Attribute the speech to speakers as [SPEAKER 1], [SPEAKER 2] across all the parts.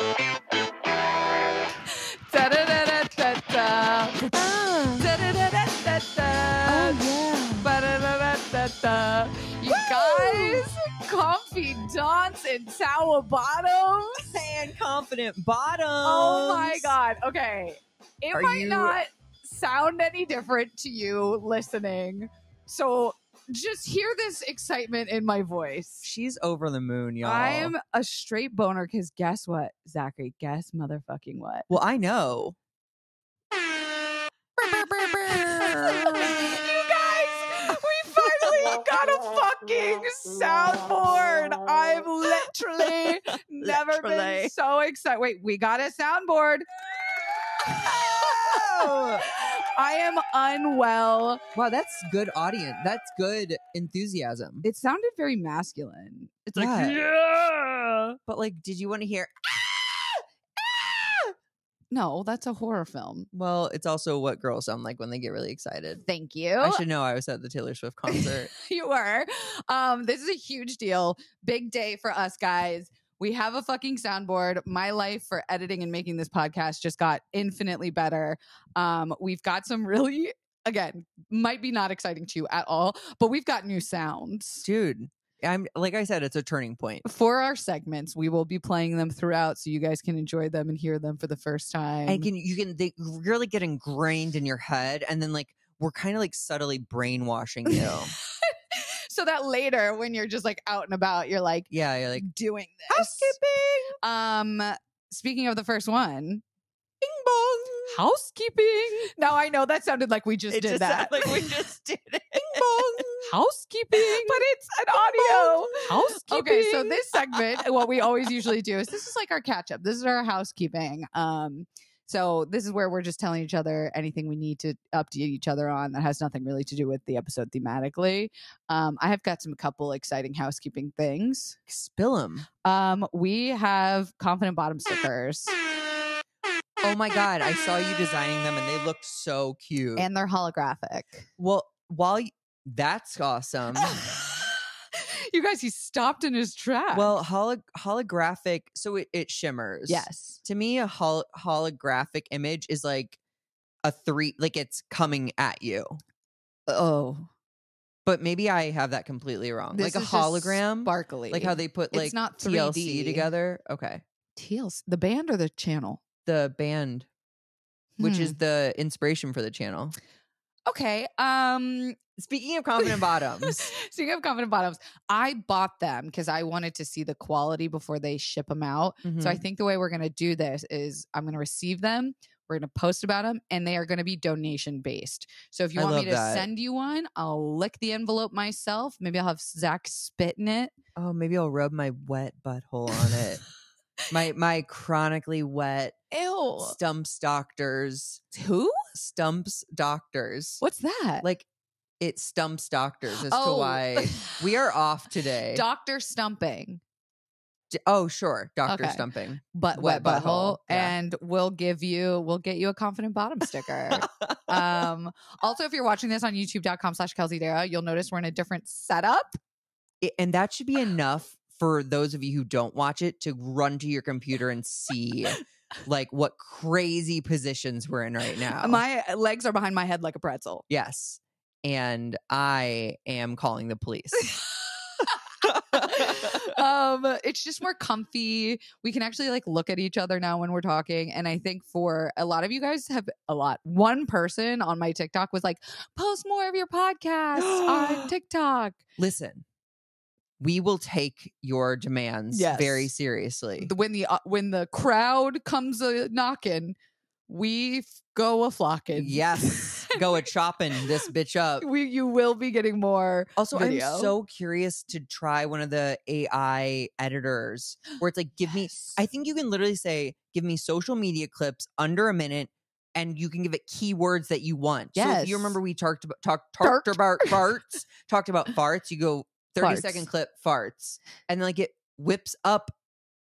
[SPEAKER 1] Ah. Oh.
[SPEAKER 2] Oh, Florida. You guys, comfy dance in Tower Bottoms.
[SPEAKER 1] and confident bottoms.
[SPEAKER 2] Oh my God. Okay. It
[SPEAKER 1] Are
[SPEAKER 2] might
[SPEAKER 1] you-
[SPEAKER 2] not sound any different to you listening. So just hear this excitement in my voice.
[SPEAKER 1] She's over the moon, y'all.
[SPEAKER 2] I'm a straight boner because guess what, Zachary? Guess motherfucking what?
[SPEAKER 1] Well, I know.
[SPEAKER 2] you guys, we finally got a fucking soundboard. I've literally never
[SPEAKER 1] Literally.
[SPEAKER 2] been so excited. Wait, we got a soundboard. I am unwell.
[SPEAKER 1] Wow, that's good audience. That's good enthusiasm.
[SPEAKER 2] It sounded very masculine. It's like,
[SPEAKER 1] Yeah.
[SPEAKER 2] yeah.
[SPEAKER 1] But like, did you want to hear?
[SPEAKER 2] No, that's a horror film.
[SPEAKER 1] Well, it's also what girls sound like when they get really excited.
[SPEAKER 2] Thank you.
[SPEAKER 1] I should know I was at the Taylor Swift concert.
[SPEAKER 2] you were. Um, this is a huge deal. Big day for us guys. We have a fucking soundboard. My life for editing and making this podcast just got infinitely better. Um, we've got some really, again, might be not exciting to you at all, but we've got new sounds.
[SPEAKER 1] Dude, I'm like I said, it's a turning point.
[SPEAKER 2] For our segments, we will be playing them throughout so you guys can enjoy them and hear them for the first time.
[SPEAKER 1] I can you can they really get ingrained in your head and then like we're kind of like subtly brainwashing you.
[SPEAKER 2] so that later when you're just like out and about, you're like
[SPEAKER 1] yeah, you're like
[SPEAKER 2] doing this.
[SPEAKER 1] housekeeping,
[SPEAKER 2] Um speaking of the first one,
[SPEAKER 1] bing bong.
[SPEAKER 2] housekeeping. Now I know that sounded like we just
[SPEAKER 1] it
[SPEAKER 2] did
[SPEAKER 1] just
[SPEAKER 2] that.
[SPEAKER 1] sounded like we just did it. Bing bong.
[SPEAKER 2] housekeeping, but it's an audio.
[SPEAKER 1] Housekeeping.
[SPEAKER 2] Okay, so this segment, what we always usually do is this is like our catch up. This is our housekeeping. Um, so this is where we're just telling each other anything we need to update each other on that has nothing really to do with the episode thematically. Um, I have got some couple exciting housekeeping things.
[SPEAKER 1] spill them.
[SPEAKER 2] Um, we have confident bottom stickers.
[SPEAKER 1] Oh my god, I saw you designing them and they looked so cute.
[SPEAKER 2] And they're holographic.
[SPEAKER 1] well, while y- that's awesome.
[SPEAKER 2] you guys, he stopped in his tracks.
[SPEAKER 1] well, holo- holographic, so it, it shimmers.
[SPEAKER 2] yes.
[SPEAKER 1] To me, a hol- holographic image is like a three, like it's coming at you.
[SPEAKER 2] Oh,
[SPEAKER 1] But maybe I have that completely wrong.
[SPEAKER 2] This
[SPEAKER 1] like a
[SPEAKER 2] is just
[SPEAKER 1] hologram,
[SPEAKER 2] sparkly,
[SPEAKER 1] like how they put
[SPEAKER 2] It's
[SPEAKER 1] like
[SPEAKER 2] not
[SPEAKER 1] TLC
[SPEAKER 2] 3D.
[SPEAKER 1] together. Okay,
[SPEAKER 2] TLC, the band or the channel,
[SPEAKER 1] the band, which
[SPEAKER 2] Hmm.
[SPEAKER 1] is the inspiration for the channel.
[SPEAKER 2] okay. Um,
[SPEAKER 1] Speaking of confident bottoms,
[SPEAKER 2] speaking of confident bottoms, I bought them because I wanted to see the quality before they ship them out.
[SPEAKER 1] mm-hmm.
[SPEAKER 2] So I think the way we're gonna do this is I'm gonna receive them. We're gonna post about them, and they are gonna be donation based. So if you
[SPEAKER 1] I
[SPEAKER 2] want me
[SPEAKER 1] love
[SPEAKER 2] to
[SPEAKER 1] that.
[SPEAKER 2] send you one, I'll lick the envelope myself. Maybe I'll have Zach spit in it.
[SPEAKER 1] Oh, maybe I'll rub my wet butthole on it. my my chronically wet
[SPEAKER 2] Ew.
[SPEAKER 1] stumps doctors.
[SPEAKER 2] Who?
[SPEAKER 1] Stumps doctors.
[SPEAKER 2] What's that? Oh,
[SPEAKER 1] Like it stumps doctors as to why we are off today.
[SPEAKER 2] Doctor stumping.
[SPEAKER 1] D- oh, sure. Doctor
[SPEAKER 2] Okay.
[SPEAKER 1] stumping.
[SPEAKER 2] but wet, butthole,
[SPEAKER 1] Wet butthole, yeah.
[SPEAKER 2] and we'll give you we'll get you a confident bottom sticker um also if you're watching this on youtube.com slash kelsey dara you'll notice we're in a different setup
[SPEAKER 1] I- and that should be enough for those of you who don't watch it to run to your computer and see like what crazy positions we're in right now.
[SPEAKER 2] my legs are behind my head like a pretzel
[SPEAKER 1] yes. And I am calling the police.
[SPEAKER 2] um it's just more comfy we can actually like look at each other now when we're talking and i think for a lot of you guys have a lot one person on my tiktok was like post more of your podcast on tiktok
[SPEAKER 1] listen we will take your demands
[SPEAKER 2] Yes.
[SPEAKER 1] very seriously
[SPEAKER 2] the- when the uh, when the crowd comes a knocking, we f- go a flocking.
[SPEAKER 1] yes go a chopping this bitch up
[SPEAKER 2] we you will be getting more.
[SPEAKER 1] also
[SPEAKER 2] Video.
[SPEAKER 1] i'm so curious to try one of the ai editors where it's like give me i think you can literally say give me social media clips under a minute and you can give it keywords that you want. So if
[SPEAKER 2] Yes.
[SPEAKER 1] you remember we talked about talked
[SPEAKER 2] Fart.
[SPEAKER 1] talked about farts, talked about farts, you go thirty
[SPEAKER 2] Farts.
[SPEAKER 1] second clip farts and then like it whips up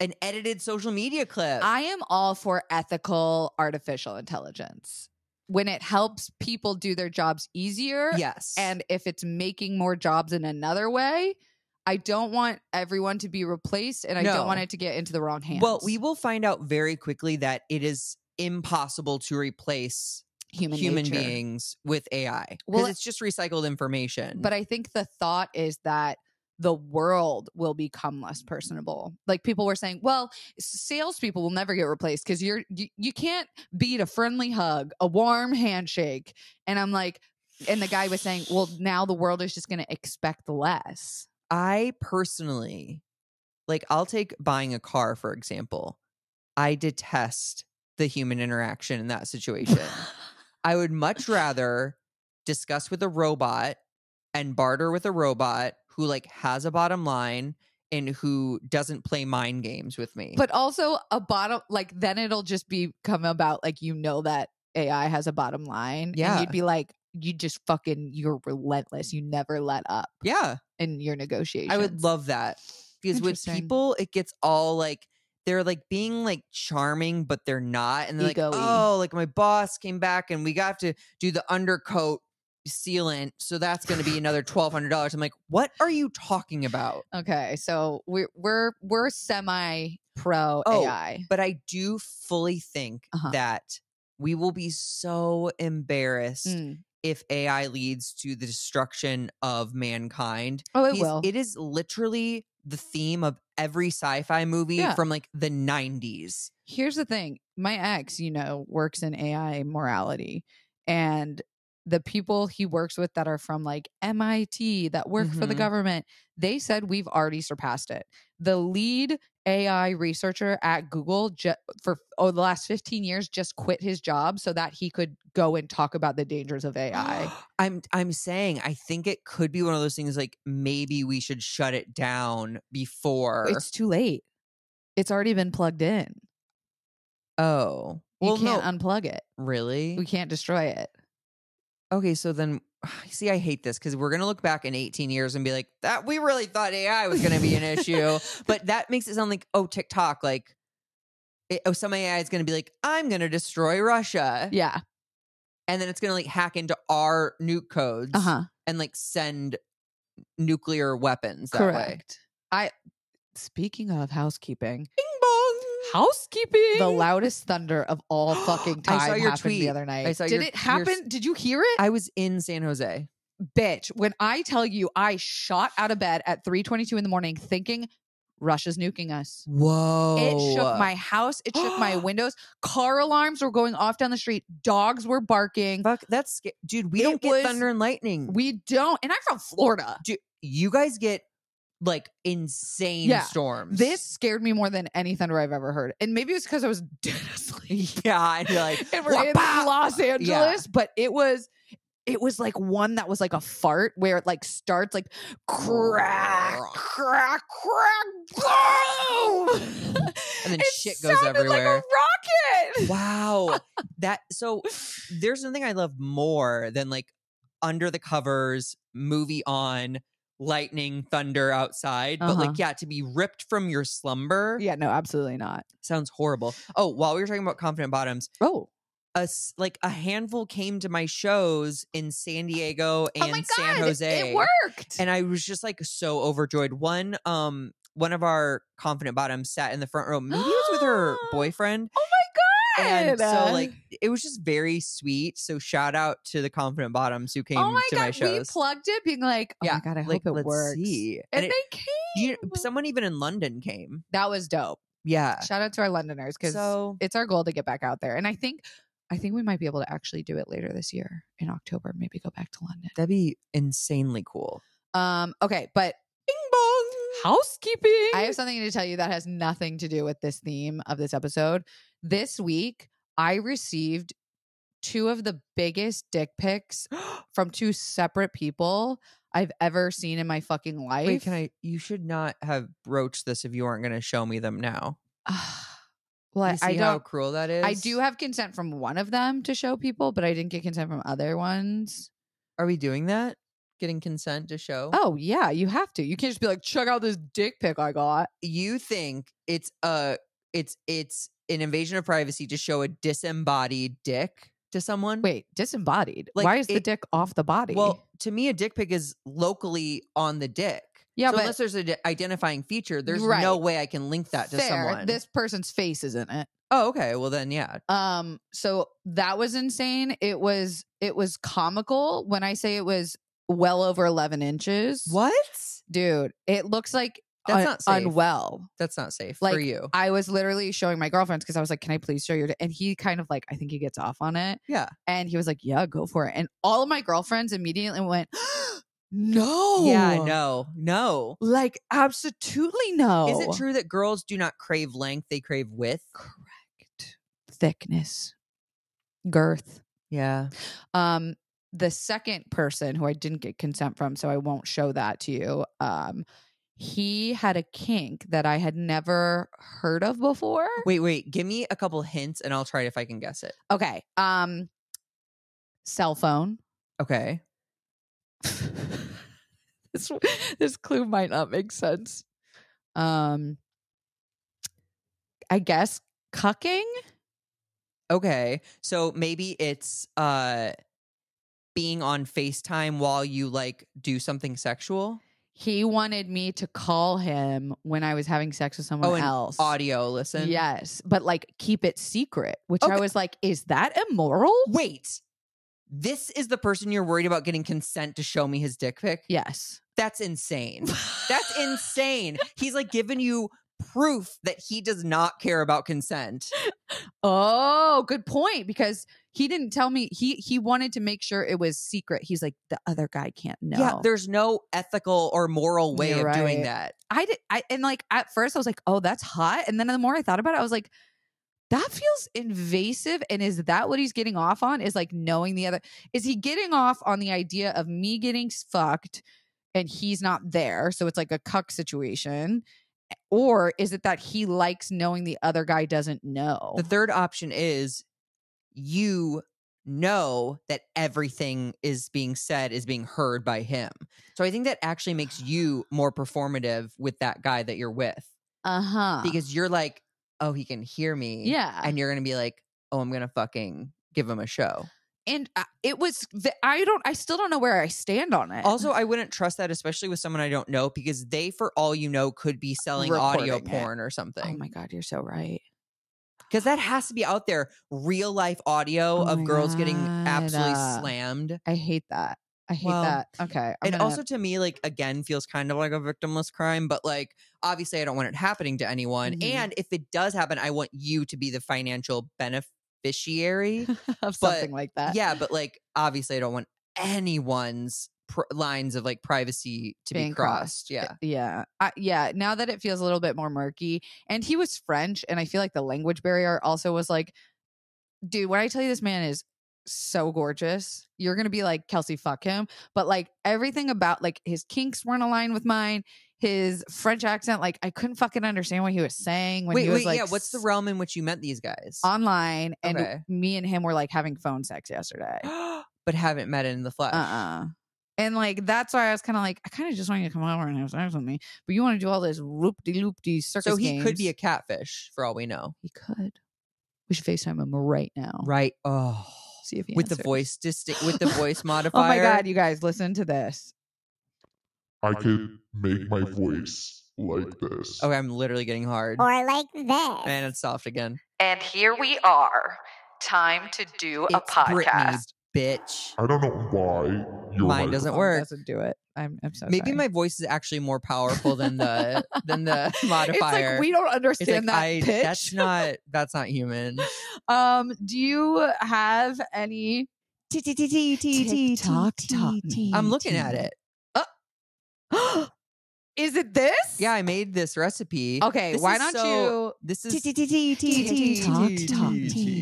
[SPEAKER 1] an edited social media clip.
[SPEAKER 2] I am all for ethical artificial intelligence when it helps people do their jobs easier.
[SPEAKER 1] Yes.
[SPEAKER 2] and if it's making more jobs in another way. I don't want everyone to be replaced, and I
[SPEAKER 1] No.
[SPEAKER 2] don't want it to get into the wrong hands.
[SPEAKER 1] well, we will find out very quickly that it is impossible to replace
[SPEAKER 2] human
[SPEAKER 1] human
[SPEAKER 2] nature.
[SPEAKER 1] beings with AI because
[SPEAKER 2] Well,
[SPEAKER 1] it's just recycled information.
[SPEAKER 2] But I think the thought is that the world will become less personable. Like people were saying, well, s- salespeople will never get replaced because you're you, you can't beat a friendly hug, a warm handshake. And I'm like, and the guy was saying, well, now the world is just going to expect less.
[SPEAKER 1] I personally, like, I'll take buying a car, for example. I detest the human interaction in that situation. I would much rather discuss with a robot and barter with a robot who, like, has a bottom line and who doesn't play mind games with me.
[SPEAKER 2] but also a bottom, like then it'll just be come about like you know that AI has a bottom line. and
[SPEAKER 1] Yeah.
[SPEAKER 2] you'd be like, you just fucking you're relentless. You never let up
[SPEAKER 1] yeah.
[SPEAKER 2] in your negotiations.
[SPEAKER 1] I would love that because with
[SPEAKER 2] Interesting.
[SPEAKER 1] people, it gets all like they're like being like charming, but they're not, and they're
[SPEAKER 2] Ego-y.
[SPEAKER 1] like, oh, like my boss came back and we got to do the undercoat sealant, so that's going to be another twelve hundred dollars. I'm like, what are you talking about?
[SPEAKER 2] Okay, so we're we're we're semi pro
[SPEAKER 1] Oh.
[SPEAKER 2] AI.
[SPEAKER 1] But I do fully think
[SPEAKER 2] Uh-huh.
[SPEAKER 1] that we will be so embarrassed
[SPEAKER 2] Mm.
[SPEAKER 1] if AI leads to the destruction of mankind.
[SPEAKER 2] Oh, it
[SPEAKER 1] because
[SPEAKER 2] will.
[SPEAKER 1] It is literally the theme of every sci-fi movie
[SPEAKER 2] Yeah.
[SPEAKER 1] from like the 90s.
[SPEAKER 2] Here's the thing: my ex, you know, works in AI morality, and the people he works with that are from like MIT that work for the
[SPEAKER 1] Mhm.
[SPEAKER 2] government, they said we've already surpassed it. The lead AI researcher at Google ju- for oh, the last 15 years just quit his job so that he could go and talk about the dangers of AI.
[SPEAKER 1] I'm I'm saying I think it could be one of those things like maybe we should shut it down before
[SPEAKER 2] it's too late. It's already been plugged in.
[SPEAKER 1] oh.
[SPEAKER 2] You
[SPEAKER 1] Well,
[SPEAKER 2] can't
[SPEAKER 1] no,
[SPEAKER 2] unplug it.
[SPEAKER 1] really?
[SPEAKER 2] We can't destroy it.
[SPEAKER 1] okay, so then see I hate this cuz we're going to look back in 18 years and be like that we really thought AI was going to be an issue, but that makes it sound like oh TikTok like it, oh some AI is going to be like I'm going to destroy Russia.
[SPEAKER 2] Yeah.
[SPEAKER 1] and then it's going to like hack into our nuke codes
[SPEAKER 2] Uh huh.
[SPEAKER 1] and like send nuclear weapons that way.
[SPEAKER 2] Correct. I. Speaking of housekeeping,
[SPEAKER 1] Bing bong.
[SPEAKER 2] housekeeping. The
[SPEAKER 1] Bing.
[SPEAKER 2] loudest thunder of all fucking time
[SPEAKER 1] I saw your
[SPEAKER 2] happened the
[SPEAKER 1] tweet.
[SPEAKER 2] other night.
[SPEAKER 1] I saw
[SPEAKER 2] Did
[SPEAKER 1] your-
[SPEAKER 2] it
[SPEAKER 1] your
[SPEAKER 2] happen?
[SPEAKER 1] s-
[SPEAKER 2] Did you hear it,
[SPEAKER 1] I was in San Jose.
[SPEAKER 2] bitch? When I tell you, I shot out of bed at three twenty-two in the morning, thinking Russia's nuking us.
[SPEAKER 1] Whoa!
[SPEAKER 2] It shook my house. It shook my windows. Car alarms were going off down the street. Dogs were barking.
[SPEAKER 1] fuck. That's sca- dude. We
[SPEAKER 2] It
[SPEAKER 1] don't get
[SPEAKER 2] was-
[SPEAKER 1] thunder and lightning.
[SPEAKER 2] We don't. And I'm from Florida.
[SPEAKER 1] you guys get like insane
[SPEAKER 2] Yeah.
[SPEAKER 1] storms.
[SPEAKER 2] This scared me more than any thunder I've ever heard. And maybe it was because I was dead asleep.
[SPEAKER 1] yeah, and you're like,
[SPEAKER 2] and we're in
[SPEAKER 1] "Wah-pah!"
[SPEAKER 2] Los Angeles, but it was it was like one that was like a fart where it like starts like crack, crack, crack, boom.
[SPEAKER 1] And then
[SPEAKER 2] It
[SPEAKER 1] shit goes
[SPEAKER 2] sounded
[SPEAKER 1] everywhere.
[SPEAKER 2] Like a rocket.
[SPEAKER 1] wow that so there's nothing i love more than like under the covers movie on lightning thunder outside but
[SPEAKER 2] Uh-huh.
[SPEAKER 1] like yeah to be ripped from your slumber
[SPEAKER 2] Yeah, no, absolutely not.
[SPEAKER 1] sounds horrible oh while we were talking about confident bottoms
[SPEAKER 2] Oh,
[SPEAKER 1] a s- like a handful came to my shows in san diego and
[SPEAKER 2] oh my god,
[SPEAKER 1] san jose
[SPEAKER 2] it worked.
[SPEAKER 1] and i was just like so overjoyed one um one of our confident bottoms sat in the front row maybe it was with her boyfriend
[SPEAKER 2] oh my god!
[SPEAKER 1] and so like it was just very sweet. So shout out to the confident bottoms who came
[SPEAKER 2] oh my
[SPEAKER 1] to
[SPEAKER 2] god,
[SPEAKER 1] my
[SPEAKER 2] we
[SPEAKER 1] shows.
[SPEAKER 2] plugged it, being like, oh
[SPEAKER 1] Yeah,
[SPEAKER 2] my god, I
[SPEAKER 1] like
[SPEAKER 2] hope it
[SPEAKER 1] let's
[SPEAKER 2] works.
[SPEAKER 1] see.
[SPEAKER 2] And,
[SPEAKER 1] And, it-
[SPEAKER 2] they came.
[SPEAKER 1] you- someone even in London came.
[SPEAKER 2] that was dope.
[SPEAKER 1] Yeah.
[SPEAKER 2] Shout out to our Londoners because
[SPEAKER 1] So
[SPEAKER 2] it's our goal to get back out there. And I think I think we might be able to actually do it later this year in October, maybe go back to London.
[SPEAKER 1] that'd be insanely cool.
[SPEAKER 2] Um okay, but
[SPEAKER 1] Bing bong.
[SPEAKER 2] housekeeping. I have something to tell you that has nothing to do with this theme of this episode. This week I received two of the biggest dick pics from two separate people I've ever seen in my fucking life.
[SPEAKER 1] Wait, can I? You should not have broached this if you aren't going to show me them now.
[SPEAKER 2] well,
[SPEAKER 1] You
[SPEAKER 2] I, I
[SPEAKER 1] see how
[SPEAKER 2] don't
[SPEAKER 1] cruel that is.
[SPEAKER 2] I do have consent from one of them to show people, but I didn't get consent from other ones.
[SPEAKER 1] Are we doing that? Getting consent to show?
[SPEAKER 2] Oh yeah, you have to. You can't just be like, check out this dick pic I got.
[SPEAKER 1] you think it's a it's it's an invasion of privacy to show a disembodied dick to someone?
[SPEAKER 2] Wait, disembodied.
[SPEAKER 1] Like,
[SPEAKER 2] Why is the
[SPEAKER 1] it-
[SPEAKER 2] dick off the body?
[SPEAKER 1] Well, to me, a dick pic is locally on the dick.
[SPEAKER 2] Yeah,
[SPEAKER 1] so
[SPEAKER 2] but
[SPEAKER 1] unless there's an identifying feature, there's
[SPEAKER 2] Right.
[SPEAKER 1] no way I can link that to
[SPEAKER 2] fair,
[SPEAKER 1] someone.
[SPEAKER 2] this person's face is in it.
[SPEAKER 1] oh, okay. Well, then, yeah.
[SPEAKER 2] Um, so that was insane. It was it was comical when I say it was well over eleven inches.
[SPEAKER 1] What?
[SPEAKER 2] dude? It looks like
[SPEAKER 1] That's
[SPEAKER 2] un-
[SPEAKER 1] not safe.
[SPEAKER 2] unwell.
[SPEAKER 1] That's not safe for
[SPEAKER 2] Like,
[SPEAKER 1] you.
[SPEAKER 2] I was literally showing my girlfriends because I was like, "Can I please show your?" d-" And he kind of like, I think he gets off on it.
[SPEAKER 1] Yeah.
[SPEAKER 2] and he was like, "Yeah, go for it." And all of my girlfriends immediately went, "No,
[SPEAKER 1] Yeah, no, no.
[SPEAKER 2] like absolutely no."
[SPEAKER 1] Is it true that girls do not crave length; they crave width?
[SPEAKER 2] Correct. Thickness, girth.
[SPEAKER 1] Yeah.
[SPEAKER 2] Um, the second person who I didn't get consent from, so I won't show that to you. Um, he had a kink that I had never heard of before.
[SPEAKER 1] Wait, wait. Give me a couple hints, and I'll try if I can guess it.
[SPEAKER 2] Okay. Um, cell phone.
[SPEAKER 1] Okay.
[SPEAKER 2] this this clue might not make sense. Um, I guess cucking.
[SPEAKER 1] Okay. So maybe it's uh being on FaceTime while you like do something sexual.
[SPEAKER 2] He wanted me to call him when I was having sex with someone
[SPEAKER 1] Oh, and
[SPEAKER 2] else.
[SPEAKER 1] Audio listen.
[SPEAKER 2] Yes, but like keep it secret, which I
[SPEAKER 1] Okay.
[SPEAKER 2] was like, is that immoral?
[SPEAKER 1] Wait. This is the person you're worried about getting consent to show me his dick pic?
[SPEAKER 2] Yes.
[SPEAKER 1] That's insane. That's insane. He's like giving you proof that he does not care about consent.
[SPEAKER 2] Oh, good point. Because he didn't tell me he he wanted to make sure it was secret. He's like the other guy can't know.
[SPEAKER 1] Yeah, there's no ethical or moral way
[SPEAKER 2] You're
[SPEAKER 1] of doing
[SPEAKER 2] right.
[SPEAKER 1] that.
[SPEAKER 2] I did. I and like at first I was like, oh, that's hot. And then the more I thought about it, I was like, that feels invasive. And is that what he's getting off on? Is like knowing the other? Is he getting off on the idea of me getting fucked and he's not there? So it's like a cuck situation. Or is it that he likes knowing the other guy doesn't know?
[SPEAKER 1] The third option is you know that everything is being said is being heard by him. So I think that actually makes you more performative with that guy that you're with
[SPEAKER 2] Uh huh.
[SPEAKER 1] because you're like, oh, he can hear me.
[SPEAKER 2] yeah,
[SPEAKER 1] e, And you're going to be like, oh, I'm going to fucking give him a show.
[SPEAKER 2] and uh, it was. The, I don't. I still don't know where I stand on it.
[SPEAKER 1] Also, I wouldn't trust that, especially with someone I don't know, because they, for all you know, could be selling audio
[SPEAKER 2] Recording it.
[SPEAKER 1] porn or
[SPEAKER 2] oh
[SPEAKER 1] something.
[SPEAKER 2] my god, you're so right.
[SPEAKER 1] Because that has to be out there real life audio
[SPEAKER 2] Oh my
[SPEAKER 1] of girls getting absolutely
[SPEAKER 2] God.
[SPEAKER 1] slammed.
[SPEAKER 2] I hate that. I hate
[SPEAKER 1] Well,
[SPEAKER 2] that. Okay. I'm
[SPEAKER 1] it
[SPEAKER 2] gonna-
[SPEAKER 1] also, to me, like, again, feels kind of like a victimless crime, but like, obviously, I don't want it happening to anyone.
[SPEAKER 2] Mhm.
[SPEAKER 1] And if it does happen, I want you to be the financial beneficiary.
[SPEAKER 2] of something like that.
[SPEAKER 1] yeah, but like, obviously, I don't want anyone's pr- lines of like privacy to
[SPEAKER 2] Being
[SPEAKER 1] be
[SPEAKER 2] crossed.
[SPEAKER 1] crossed. Yeah.
[SPEAKER 2] Yeah. I, yeah. Now that it feels a little bit more murky, and he was French, and I feel like the language barrier also was like, dude, when I tell you this man is so gorgeous, you're going to be like, Kelsey, fuck him. But like everything about like his kinks weren't aligned with mine, his French accent, like I couldn't fucking understand what he was saying when
[SPEAKER 1] wait,
[SPEAKER 2] he was
[SPEAKER 1] wait,
[SPEAKER 2] like,
[SPEAKER 1] yeah. What's the
[SPEAKER 2] s-
[SPEAKER 1] realm in which you met these guys?
[SPEAKER 2] online? And
[SPEAKER 1] Okay.
[SPEAKER 2] me and him were like having phone sex yesterday.
[SPEAKER 1] but haven't met in the flesh.
[SPEAKER 2] uh-uh and like that's why i was kind of like i kind of just want you to come over and have sex with me but you want to do all this loop-de-loop-de circus
[SPEAKER 1] So he could be a
[SPEAKER 2] games.
[SPEAKER 1] catfish for all we know.
[SPEAKER 2] he could we should facetime him right now
[SPEAKER 1] Right. Oh.
[SPEAKER 2] see if he
[SPEAKER 1] With the
[SPEAKER 2] answers.
[SPEAKER 1] voice disti- with the voice
[SPEAKER 2] oh
[SPEAKER 1] modifier.
[SPEAKER 2] my god you guys listen to this
[SPEAKER 3] I could make my voice like this.
[SPEAKER 1] Okay, I'm literally getting hard.
[SPEAKER 4] or like this.
[SPEAKER 1] And it's soft again.
[SPEAKER 2] and here we are time to do
[SPEAKER 1] It's Britney, bitch.
[SPEAKER 3] I don't know why your
[SPEAKER 1] Mine doesn't
[SPEAKER 3] mic-
[SPEAKER 2] Doesn't
[SPEAKER 1] work.
[SPEAKER 2] doesn't do it i'm, I'm so
[SPEAKER 1] Maybe
[SPEAKER 2] sorry.
[SPEAKER 1] my voice is actually more powerful than the than the
[SPEAKER 2] it's
[SPEAKER 1] modifier.
[SPEAKER 2] like we don't
[SPEAKER 1] It's like,
[SPEAKER 2] understand that
[SPEAKER 1] I,
[SPEAKER 2] pitch
[SPEAKER 1] That's not that's not human.
[SPEAKER 2] um do you have any TikTok taught me.
[SPEAKER 1] I'm looking at it.
[SPEAKER 2] is it this
[SPEAKER 1] Yeah, I made this recipe.
[SPEAKER 2] okay
[SPEAKER 1] This
[SPEAKER 2] why
[SPEAKER 1] is
[SPEAKER 2] don't
[SPEAKER 1] so-
[SPEAKER 2] Oh, you
[SPEAKER 1] This is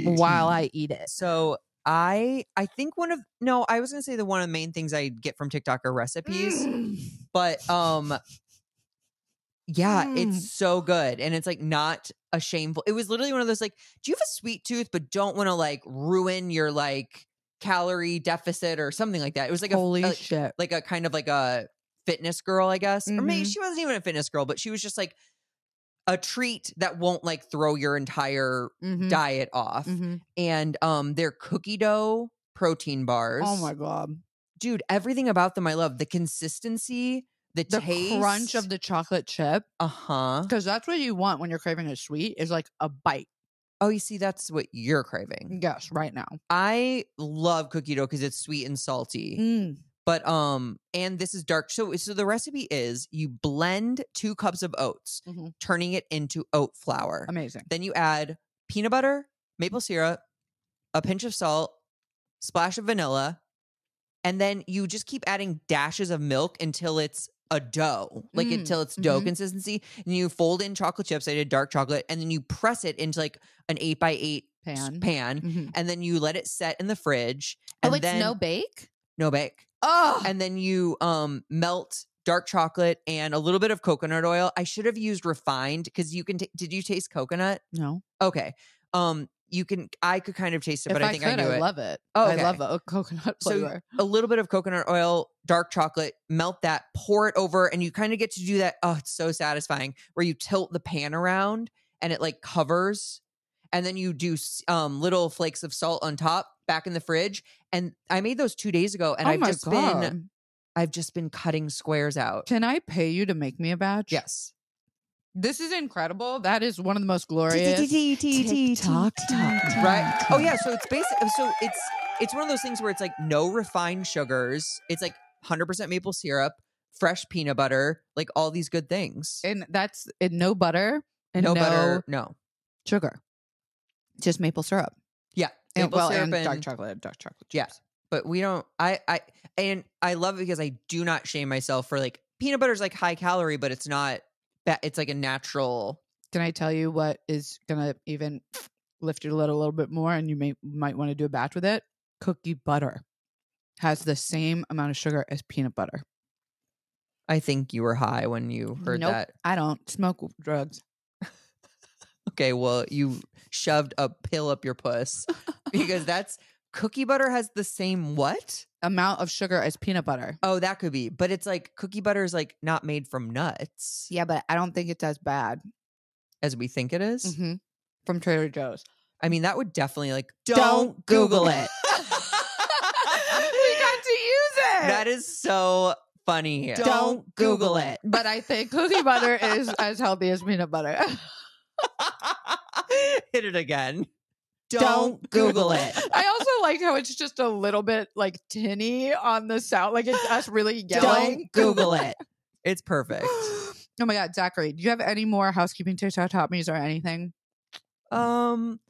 [SPEAKER 2] while I eat it.
[SPEAKER 1] So I I think one of no, I was gonna say the one of the main things I get from TikTok are recipes, but um yeah,
[SPEAKER 2] Mm.
[SPEAKER 1] it's so good. And it's like not a shameful it was literally one of those like, do you have a sweet tooth but don't want to like ruin your like calorie deficit or something like that? It was like
[SPEAKER 2] Holy
[SPEAKER 1] a, a
[SPEAKER 2] shit.
[SPEAKER 1] like a kind of like a fitness girl, I guess. Or maybe
[SPEAKER 2] Mhm.
[SPEAKER 1] she wasn't even a fitness girl, but she was just like a treat that won't like throw your entire
[SPEAKER 2] Mhm,
[SPEAKER 1] diet off
[SPEAKER 2] mhm.
[SPEAKER 1] and um they're cookie dough protein bars.
[SPEAKER 2] Oh my god.
[SPEAKER 1] dude, everything about them I love. The consistency, the,
[SPEAKER 2] the
[SPEAKER 1] taste
[SPEAKER 2] crunch of the chocolate chip
[SPEAKER 1] uh huh.
[SPEAKER 2] because that's what you want when you're craving a sweet is like a bite.
[SPEAKER 1] Oh, you see, that's what you're craving.
[SPEAKER 2] Yes, right now.
[SPEAKER 1] I love cookie dough because it's sweet and salty.
[SPEAKER 2] Mm.
[SPEAKER 1] But um, and this is dark. So so the recipe is you blend two cups of oats,
[SPEAKER 2] Mhm.
[SPEAKER 1] turning it into oat flour.
[SPEAKER 2] Amazing.
[SPEAKER 1] Then you add peanut butter, maple syrup, a pinch of salt, splash of vanilla, and then you just keep adding dashes of milk until it's a dough, like
[SPEAKER 2] Mm,
[SPEAKER 1] until it's dough
[SPEAKER 2] mhm.
[SPEAKER 1] consistency. And you fold in chocolate chips. I did dark chocolate, and then you press it into like an eight by eight
[SPEAKER 2] Pan.
[SPEAKER 1] pan, Oh,
[SPEAKER 2] Mhm.
[SPEAKER 1] and then you let it set in the fridge.
[SPEAKER 2] Oh,
[SPEAKER 1] and
[SPEAKER 2] it's
[SPEAKER 1] then,
[SPEAKER 2] no bake?
[SPEAKER 1] no bake
[SPEAKER 2] Oh,
[SPEAKER 1] and then you um melt dark chocolate and a little bit of coconut oil. I should have used refined because you can. T- did you taste coconut?
[SPEAKER 2] no.
[SPEAKER 1] Okay. Um, you can. I could kind of taste it, but I think
[SPEAKER 2] could,
[SPEAKER 1] I knew it.
[SPEAKER 2] love it.
[SPEAKER 1] Oh,
[SPEAKER 2] I
[SPEAKER 1] okay.
[SPEAKER 2] love a coconut
[SPEAKER 1] So-
[SPEAKER 2] flavor.
[SPEAKER 1] a little bit of coconut oil, dark chocolate, melt that, pour it over, and you kind of get to do that. Oh, it's so satisfying where you tilt the pan around and it like covers, and then you do s- um, little flakes of salt on top back in the fridge. And I made those two days ago, and
[SPEAKER 2] oh
[SPEAKER 1] I've
[SPEAKER 2] my
[SPEAKER 1] just
[SPEAKER 2] god!
[SPEAKER 1] been I've just been cutting squares out.
[SPEAKER 2] Can I pay you to make me a batch?
[SPEAKER 1] Yes.
[SPEAKER 2] This is incredible. That is one of the most glorious.
[SPEAKER 1] Right?
[SPEAKER 2] Tick-tock, tock-tock.
[SPEAKER 1] Oh yeah, so it's basic so it's it's one of those things where it's like no refined sugars. It's like 100% maple syrup, fresh peanut butter, like all these good things.
[SPEAKER 2] And that's and no butter and
[SPEAKER 1] no, butter, no.
[SPEAKER 2] sugar. Just maple syrup.
[SPEAKER 1] Yeah.
[SPEAKER 2] And,
[SPEAKER 1] maple
[SPEAKER 2] well,
[SPEAKER 1] syrup
[SPEAKER 2] and, dark
[SPEAKER 1] and-
[SPEAKER 2] chocolate, dark chocolate.
[SPEAKER 1] Yeah.
[SPEAKER 2] chips.
[SPEAKER 1] But we don't I I and I love it because I do not shame myself for like peanut butter's like high calorie, but it's not ba- it's like a natural
[SPEAKER 2] Can I tell you what is gonna even lift your lid a little bit more, and you may might want to do a batch with it? Cookie butter has the same amount of sugar as peanut butter.
[SPEAKER 1] I think you were high when you heard
[SPEAKER 2] Nope.
[SPEAKER 1] that.
[SPEAKER 2] I don't smoke drugs.
[SPEAKER 1] Okay, well, you shoved a pill up your puss because that's cookie butter has the same what?
[SPEAKER 2] Amount of sugar as peanut butter.
[SPEAKER 1] Oh, that could be. But it's like cookie butter is like not made from nuts
[SPEAKER 2] Yeah, but I don't think it's as bad.
[SPEAKER 1] as we think it is.
[SPEAKER 2] hmm From Trader Joe's.
[SPEAKER 1] I mean, that would definitely like don't,
[SPEAKER 2] Don't
[SPEAKER 1] Google,
[SPEAKER 2] Google
[SPEAKER 1] it.
[SPEAKER 2] we got to use it.
[SPEAKER 1] that is so funny.
[SPEAKER 2] Don't Google
[SPEAKER 1] it.
[SPEAKER 2] but I think cookie butter is as healthy as peanut butter.
[SPEAKER 1] Hit it again.
[SPEAKER 2] Don't Google I also like how it's just a little bit like tinny on the sound, like it's us really yelling.
[SPEAKER 1] Don't Google it. It's perfect.
[SPEAKER 2] oh my god, Zachary, do you have any more housekeeping TikTok top news or anything?
[SPEAKER 1] Um,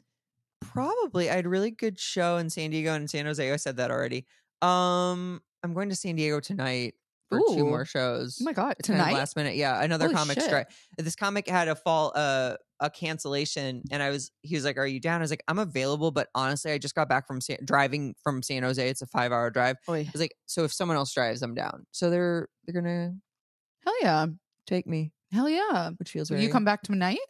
[SPEAKER 1] probably. I had a really good show in San Diego and San Jose. I said that already. Um, I'm going to San Diego tonight for two
[SPEAKER 2] Ooh.
[SPEAKER 1] more shows.
[SPEAKER 2] Oh my god,
[SPEAKER 1] It's kind of
[SPEAKER 2] tonight.
[SPEAKER 1] last minute. Yeah, another
[SPEAKER 2] Holy
[SPEAKER 1] comic
[SPEAKER 2] shit.
[SPEAKER 1] strike. This comic had a fall, uh, a cancellation, and I was. He was like, "Are you down?" I was like, "I'm available," but honestly, I just got back from San, driving from San Jose. It's a five hour drive.
[SPEAKER 2] Oy.
[SPEAKER 1] I was like, "So if someone else drives, I'm down." So they're they're gonna
[SPEAKER 2] Hell yeah,
[SPEAKER 1] take me,
[SPEAKER 2] hell yeah.
[SPEAKER 1] which feels
[SPEAKER 2] Will
[SPEAKER 1] very.
[SPEAKER 2] you come back tonight?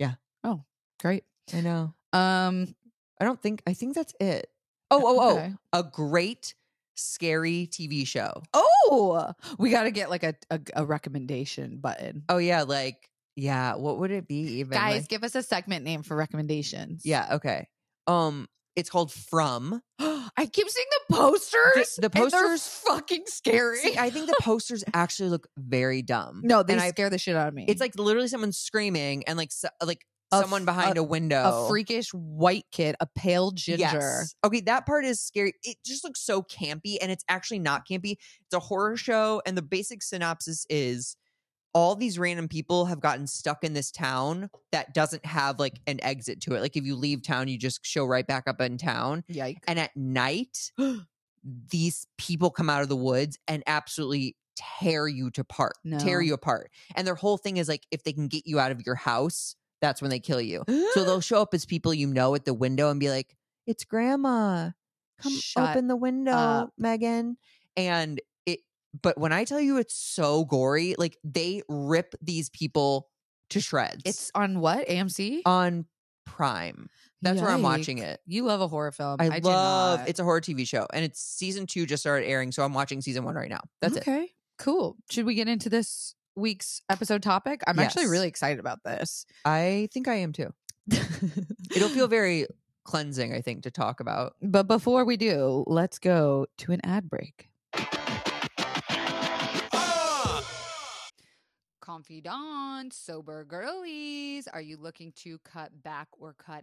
[SPEAKER 1] Yeah.
[SPEAKER 2] Oh, great.
[SPEAKER 1] I know.
[SPEAKER 2] Um.
[SPEAKER 1] I don't think. I think that's it. Oh oh oh.
[SPEAKER 2] okay.
[SPEAKER 1] a great scary TV show.
[SPEAKER 2] Oh, we got to get like a, a a recommendation button.
[SPEAKER 1] Oh yeah, like yeah, what would it be even?
[SPEAKER 2] Guys,
[SPEAKER 1] Like-
[SPEAKER 2] give us a segment name for recommendations.
[SPEAKER 1] yeah, okay. Um it's called From.
[SPEAKER 2] I keep seeing the posters.
[SPEAKER 1] The- the
[SPEAKER 2] and they're
[SPEAKER 1] posters-
[SPEAKER 2] fucking scary.
[SPEAKER 1] See, I think the posters actually look very dumb.
[SPEAKER 2] no, they
[SPEAKER 1] and I,
[SPEAKER 2] scare the shit out of me.
[SPEAKER 1] it's like literally someone screaming and like so, like
[SPEAKER 2] A
[SPEAKER 1] someone
[SPEAKER 2] f-
[SPEAKER 1] behind a, window.
[SPEAKER 2] a freakish white kid, a pale ginger.
[SPEAKER 1] Yes. Okay, that part is scary. It just looks so campy, and it's actually not campy. It's a horror show, and the basic synopsis is all these random people have gotten stuck in this town that doesn't have like an exit to it. Like if you leave town, you just show right back up in town.
[SPEAKER 2] Yikes.
[SPEAKER 1] And at night, these people come out of the woods and absolutely tear you to part,
[SPEAKER 2] No.
[SPEAKER 1] tear you apart. And their whole thing is like if they can get you out of your house, that's when they kill you. So they'll show up as people you know at the window and be like, "It's grandma. Come
[SPEAKER 2] Shut
[SPEAKER 1] open the window,
[SPEAKER 2] up.
[SPEAKER 1] Megan." And it but when I tell you it's so gory, like they rip these people to shreds.
[SPEAKER 2] it's on what? AMC?
[SPEAKER 1] on Prime. That's where I'm watching
[SPEAKER 2] Yikes.
[SPEAKER 1] it.
[SPEAKER 2] You love a horror film.
[SPEAKER 1] I,
[SPEAKER 2] do
[SPEAKER 1] love
[SPEAKER 2] not.
[SPEAKER 1] it's a horror TV show and it's season 2 just started airing, so I'm watching season 1 right now. That's it.
[SPEAKER 2] Okay. Cool. Should we get into this week's episode topic? I'm actually
[SPEAKER 1] Yes.
[SPEAKER 2] really excited about this.
[SPEAKER 1] I think I am too. It'll feel very cleansing I think to talk about.
[SPEAKER 2] But before we do, let's go to an ad break. confidants, sober girlies. Are you looking to cut back or cut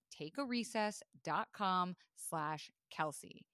[SPEAKER 2] takearecess.com slash Kelsey.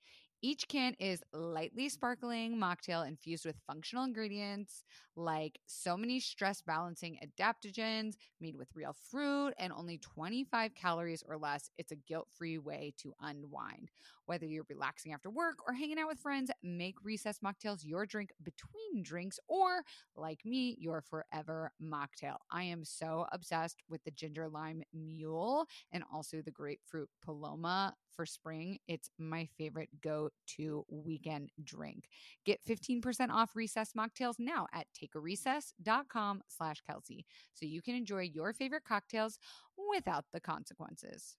[SPEAKER 2] Each can is lightly sparkling mocktail infused with functional ingredients like so many stress balancing adaptogens made with real fruit and only 25 calories or less. It's a guilt free way to unwind. Whether you're relaxing after work or hanging out with friends, make recess mocktails your drink between drinks or, like me, your forever mocktail. I am so obsessed with the ginger lime mule and also the grapefruit paloma for spring. It's my favorite go to weekend drink. Get 15% off recess mocktails now at takearecess.com slash Kelsey so you can enjoy your favorite cocktails without the consequences.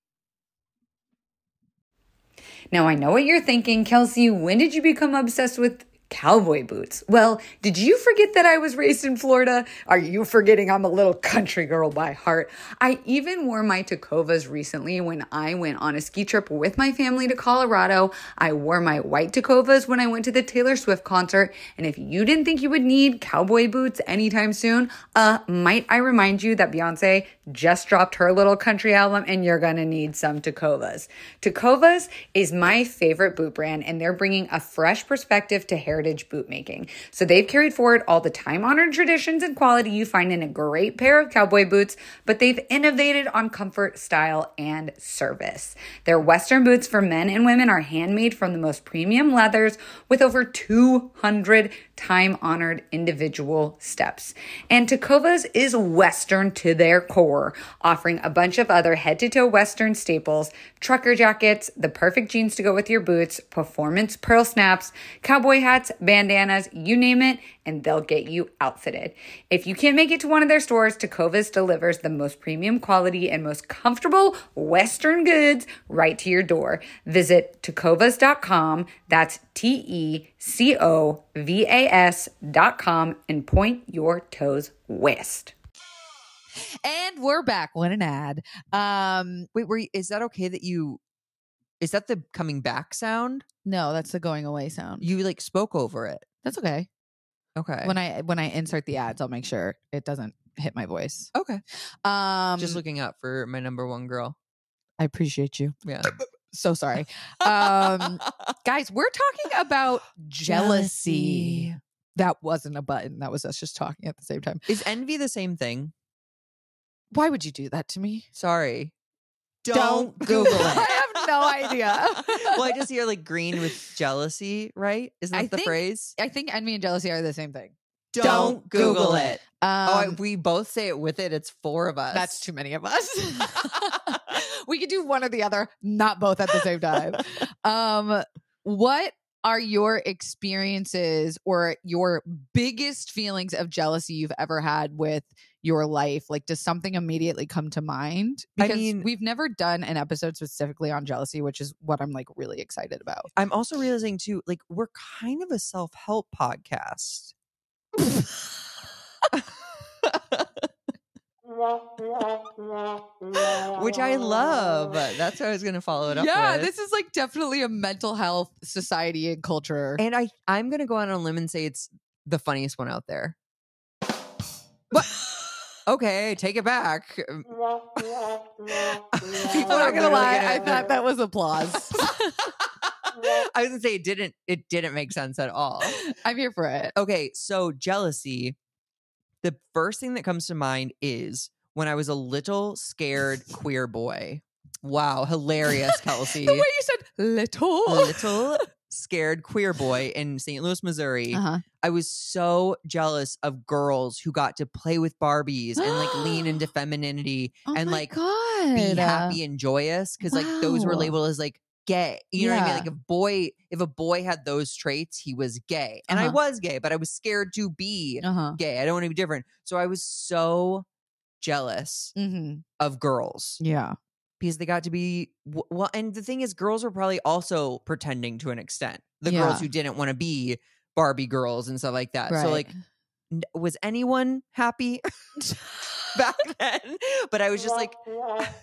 [SPEAKER 2] Now, I know what you're thinking, Kelsey. When did you become obsessed with cowboy boots? Well, did you forget that I was raised in Florida? Are you forgetting I'm a little country girl by heart? I even wore my Tacovas recently when I went on a ski trip with my family to Colorado. I wore my white Tacovas when I went to the Taylor Swift concert. And if you didn't think you would need cowboy boots anytime soon, uh, might I remind you that Beyonce just dropped her little country album and you're gonna need some Tacovas. Tacovas is my favorite boot brand and they're bringing a fresh perspective to heritage boot making. So they've carried forward all the time honored traditions and quality you find in a great pair of cowboy boots, but they've innovated on comfort, style, and service. Their Western boots for men and women are handmade from the most premium leathers with over 200 time honored individual steps. And Tacovas is Western to their core, offering a bunch of other head to toe Western staples, trucker jackets, the perfect jeans to go with your boots, performance pearl snaps, cowboy hats, bandanas, you name it, and they'll get you outfitted. If you can't make it to one of their stores, Tacovas delivers the most premium quality and most comfortable Western goods right to your door. Visit tacovas.com. That's T E C O V A S dot com and point your toes west. And we're back. What an ad. Um,
[SPEAKER 1] Wait, were you, is that okay that you? Is that the coming back sound?
[SPEAKER 2] no, that's the going away sound.
[SPEAKER 1] You like spoke over it.
[SPEAKER 2] that's okay.
[SPEAKER 1] Okay.
[SPEAKER 2] When I when I insert the ads, I'll make sure it doesn't hit my voice.
[SPEAKER 1] okay.
[SPEAKER 2] Um
[SPEAKER 1] Just looking up for my number one girl.
[SPEAKER 2] I appreciate you.
[SPEAKER 1] Yeah.
[SPEAKER 2] So sorry. Um, Guys, we're talking about jealousy. That wasn't a button. That was us just talking at the same time.
[SPEAKER 1] is envy the same thing?
[SPEAKER 2] Why would you do that to me?
[SPEAKER 1] Sorry.
[SPEAKER 2] Don't Google it. I have no idea.
[SPEAKER 1] well, I just hear like green with jealousy, right? Isn't that
[SPEAKER 2] I
[SPEAKER 1] the
[SPEAKER 2] think-
[SPEAKER 1] phrase?
[SPEAKER 2] I think envy and jealousy are the same thing.
[SPEAKER 1] Don't,
[SPEAKER 2] Google it. Um,
[SPEAKER 1] oh, I- we both say it with it. It's four of us.
[SPEAKER 2] that's too many of us. we could do one or the other, not both at the same time. um, what are your experiences or your biggest feelings of jealousy you've ever had with your life? Like, does something immediately come to mind?
[SPEAKER 1] I
[SPEAKER 2] Because
[SPEAKER 1] mean-
[SPEAKER 2] we've never done an episode specifically on jealousy, which is what I'm like really excited about.
[SPEAKER 1] I'm also realizing too, like we're kind of a self help podcast. Which I love. That's what I was going to follow it up
[SPEAKER 2] yeah,
[SPEAKER 1] with.
[SPEAKER 2] this is like definitely a mental health society and culture.
[SPEAKER 1] and I, I'm going to go out on a limb and say it's the funniest one out there. Okay, take it back.
[SPEAKER 2] I'm
[SPEAKER 1] People
[SPEAKER 2] not gonna
[SPEAKER 1] literally
[SPEAKER 2] lie,
[SPEAKER 1] gonna-
[SPEAKER 2] I thought that was applause.
[SPEAKER 1] I was gonna say it didn't. It didn't make sense at all.
[SPEAKER 2] I'm here for it.
[SPEAKER 1] Okay, so jealousy. The first thing that comes to mind is when I was a little scared queer boy. Wow, hilarious, Kelsey.
[SPEAKER 2] The way you said little.
[SPEAKER 1] A little scared queer boy in St. Louis, Missouri.
[SPEAKER 2] Uh-huh.
[SPEAKER 1] I was so jealous of girls who got to play with Barbies and like lean into femininity
[SPEAKER 2] Oh
[SPEAKER 1] and
[SPEAKER 2] my
[SPEAKER 1] like
[SPEAKER 2] God.
[SPEAKER 1] be happy and joyous because like those were
[SPEAKER 2] Wow.
[SPEAKER 1] labeled as like gay. You know what
[SPEAKER 2] Yeah.
[SPEAKER 1] I mean? Like if boy, if a boy had those traits, he was gay, and I
[SPEAKER 2] Uh-huh.
[SPEAKER 1] was gay, but I was scared to be
[SPEAKER 2] Uh huh.
[SPEAKER 1] gay. I don't want to be different, so I was so jealous
[SPEAKER 5] hmm
[SPEAKER 1] of girls
[SPEAKER 5] Yeah.
[SPEAKER 1] because they got to be w- well. And the thing is, girls were probably also pretending to an extent. The
[SPEAKER 5] Yeah.
[SPEAKER 1] girls who didn't want to be Barbie girls and stuff like that.
[SPEAKER 5] Right.
[SPEAKER 1] So like, n- was anyone happy back then? But I was just like,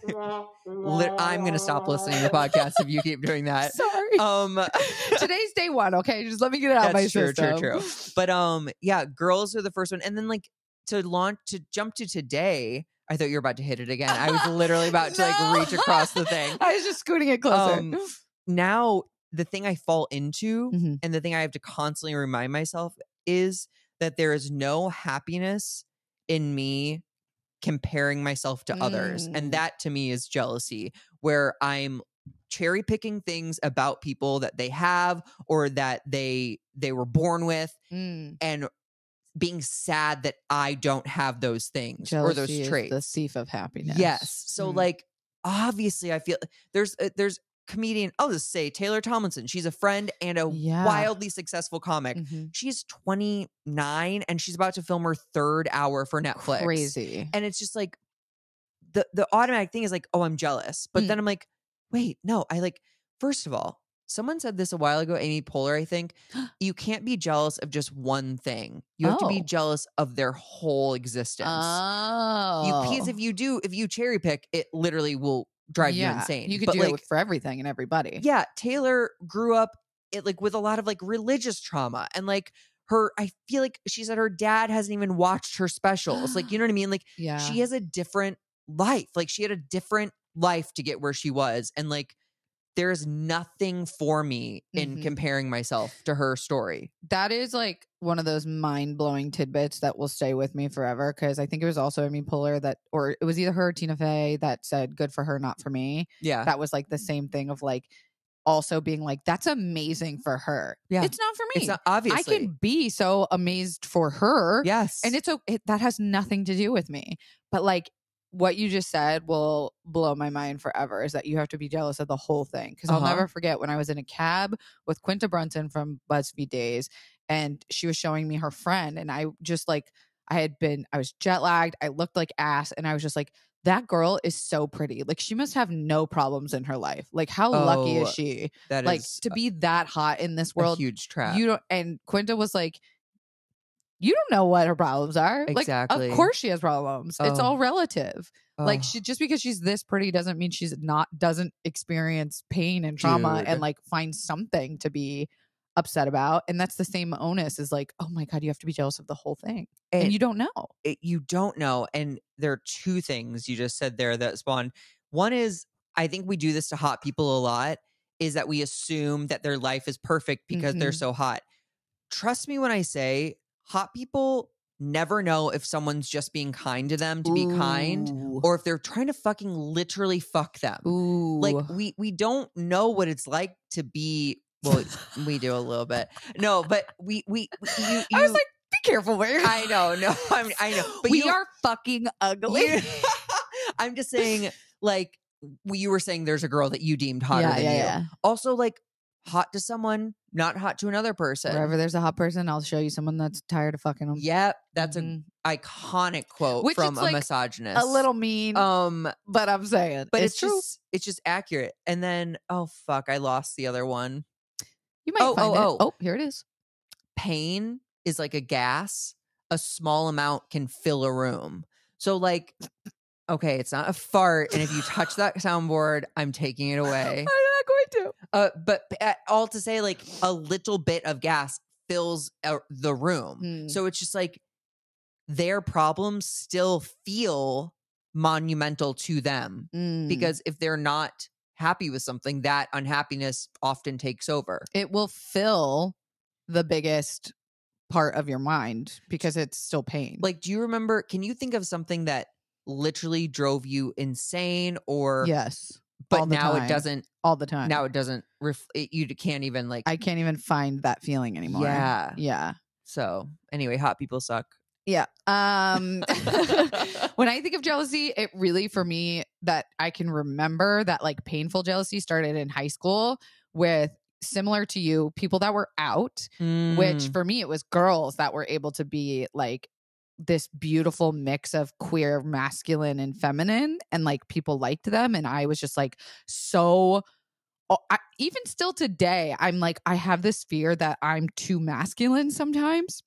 [SPEAKER 1] li- I'm gonna stop listening to the podcast if you keep doing that.
[SPEAKER 5] sorry.
[SPEAKER 1] Um,
[SPEAKER 5] Today's day one. Okay, just let me get it out of my
[SPEAKER 1] That's true, true,
[SPEAKER 5] system.
[SPEAKER 1] true. but um, yeah, girls are the first one, and then like to launch to jump to today. I thought you were about to hit it again. I was literally about to
[SPEAKER 5] No.
[SPEAKER 1] like reach across the thing.
[SPEAKER 5] I was just scooting it closer.
[SPEAKER 1] Um, Now the thing I fall into,
[SPEAKER 2] Mm-hmm.
[SPEAKER 5] Mhm.
[SPEAKER 1] and the thing I have to constantly remind myself is that there is no happiness in me comparing myself to others,
[SPEAKER 5] Mm.
[SPEAKER 1] and that to me is jealousy, where I'm cherry picking things about people that they have or that they they were born with
[SPEAKER 5] Mm.
[SPEAKER 1] and being sad that I don't have those things or
[SPEAKER 5] Jealousy
[SPEAKER 1] those
[SPEAKER 5] is
[SPEAKER 1] traits.
[SPEAKER 5] the thief of happiness.
[SPEAKER 1] Yes. So
[SPEAKER 5] Mm.
[SPEAKER 1] like obviously I feel there's uh, there's comedian I'll just say Taylor Tomlinson. She's a friend and a
[SPEAKER 5] Yeah.
[SPEAKER 1] wildly successful comic.
[SPEAKER 5] Mhm.
[SPEAKER 1] She's 29 and she's about to film her third hour for Netflix.
[SPEAKER 5] crazy.
[SPEAKER 1] And it's just like the the automatic thing is like, oh, I'm jealous.
[SPEAKER 5] Mm.
[SPEAKER 1] But then I'm like, wait, no, I like first of all, someone said this a while ago, Amy Poehler, I think, you can't be jealous of just one thing. You have to be
[SPEAKER 5] Oh.
[SPEAKER 1] jealous of their whole existence. You
[SPEAKER 5] Oh,
[SPEAKER 1] because if you do, if you cherry pick, it literally will drive you
[SPEAKER 5] Yeah.
[SPEAKER 1] insane.
[SPEAKER 5] You could
[SPEAKER 1] but
[SPEAKER 5] do
[SPEAKER 1] like,
[SPEAKER 5] it for everything and everybody.
[SPEAKER 1] yeah, Taylor grew up it like with a lot of like religious trauma and like her. I feel like she said her dad hasn't even watched her specials. Like you know what I mean? Like
[SPEAKER 5] yeah.
[SPEAKER 1] she has a different life. Like she had a different life to get where she was, and like. There is nothing for me in
[SPEAKER 5] Mhm.
[SPEAKER 1] comparing myself to her story.
[SPEAKER 5] that is like one of those mind blowing tidbits that will stay with me forever. Cause I think it was also Amy Poehler that, or it was either her or Tina Fey that said, good for her, not for me.
[SPEAKER 1] Yeah.
[SPEAKER 5] That was like the same thing of like also being like, that's amazing for her.
[SPEAKER 1] Yeah.
[SPEAKER 5] It's not for me.
[SPEAKER 1] It's not obviously.
[SPEAKER 5] I can be so amazed for her.
[SPEAKER 1] Yes.
[SPEAKER 5] And it's, o- it, that has nothing to do with me. But like what you just said will blow my mind forever is that you have to be jealous of the whole thing. Cause I'll
[SPEAKER 1] Uh-huh.
[SPEAKER 5] never forget when I was in a cab with Quinta Brunson from BuzzFeed Days and she was showing me her friend. And I just like, I had been, I was jet lagged. I looked like ass. And I was just like, that girl is so pretty. Like she must have no problems in her life. Like how lucky
[SPEAKER 1] Oh,
[SPEAKER 5] is she?
[SPEAKER 1] that
[SPEAKER 5] Like
[SPEAKER 1] is
[SPEAKER 5] to be that hot in this
[SPEAKER 1] a
[SPEAKER 5] world
[SPEAKER 1] huge trap.
[SPEAKER 5] you don't and Quinta was like, You don't know what her problems are.
[SPEAKER 1] Exactly.
[SPEAKER 5] Like, of course she has problems. It's
[SPEAKER 1] Oh.
[SPEAKER 5] all relative. Like
[SPEAKER 1] Ugh.
[SPEAKER 5] she just because she's this pretty doesn't mean she's not doesn't experience pain and trauma
[SPEAKER 1] Dude.
[SPEAKER 5] and like find something to be upset about. And that's the same onus is like, oh my God, you have to be jealous of the whole thing. And,
[SPEAKER 1] And-
[SPEAKER 5] you don't know.
[SPEAKER 1] it, you don't know. And there are two things you just said there that spawn. One is I think we do this to hot people a lot is that we assume that their life is perfect because they're
[SPEAKER 5] Mhm.
[SPEAKER 1] so hot. Trust me when I say hot people never know if someone's just being kind to them to be kind
[SPEAKER 5] Ooh.
[SPEAKER 1] or if they're trying to fucking literally fuck them.
[SPEAKER 5] Ooh.
[SPEAKER 1] Like we we don't know what it's like to be well we do a little bit. No, but we we, we you,
[SPEAKER 5] I was
[SPEAKER 1] you-
[SPEAKER 5] like, be careful where you're
[SPEAKER 1] I know, no, I'm, I know. But
[SPEAKER 5] we
[SPEAKER 1] you,
[SPEAKER 5] are fucking ugly.
[SPEAKER 1] you- I'm just saying, like w- you were saying, there's a girl that you deemed hotter than you. Also, like hot to someone, not hot to another person.
[SPEAKER 5] Wherever there's a hot person, I'll show you someone that's tired of fucking them.
[SPEAKER 1] Yep, that's an
[SPEAKER 5] Mhm.
[SPEAKER 1] iconic quote
[SPEAKER 5] Which
[SPEAKER 1] from
[SPEAKER 5] it's
[SPEAKER 1] a
[SPEAKER 5] like a
[SPEAKER 1] misogynist.
[SPEAKER 5] a little mean,
[SPEAKER 1] um,
[SPEAKER 5] but I'm saying,
[SPEAKER 1] but it's,
[SPEAKER 5] true.
[SPEAKER 1] just it's just accurate. And then oh fuck, I lost the other one.
[SPEAKER 5] you might
[SPEAKER 1] oh,
[SPEAKER 5] find
[SPEAKER 1] oh,
[SPEAKER 5] it.
[SPEAKER 1] oh.
[SPEAKER 5] Oh, here it is.
[SPEAKER 1] Pain is like a gas. A small amount can fill a room. So like. Okay, it's not a fart, and if you touch that soundboard, I'm taking it away.
[SPEAKER 5] I'm not going to.
[SPEAKER 1] Uh, but uh, all to say, like a little bit of gas fills uh, the room,
[SPEAKER 5] Hmm.
[SPEAKER 1] so it's just like their problems still feel monumental to them
[SPEAKER 5] Hmm. Mm.
[SPEAKER 1] because if they're not happy with something, that unhappiness often takes over.
[SPEAKER 5] it will fill the biggest part of your mind because it's still pain.
[SPEAKER 1] Like, do you remember? Can you think of something that literally drove you insane, or
[SPEAKER 5] yes, all
[SPEAKER 1] but
[SPEAKER 5] the
[SPEAKER 1] now it
[SPEAKER 5] time.
[SPEAKER 1] doesn't.
[SPEAKER 5] all the time.
[SPEAKER 1] er, Now it doesn't. Ref- it, you can't even like.
[SPEAKER 5] I can't even find that feeling anymore.
[SPEAKER 1] Yeah.
[SPEAKER 5] yeah,
[SPEAKER 1] So anyway, hot people suck.
[SPEAKER 5] yeah. Um, when I think of jealousy, it really for me that I can remember that like painful jealousy started in high school with similar to you people that were out which
[SPEAKER 1] Mm.
[SPEAKER 5] for me it was girls that were able to be like this beautiful mix of queer masculine and feminine and like people liked them and i was just like so oh, I, even still today i'm like i have this fear that i'm too masculine sometimes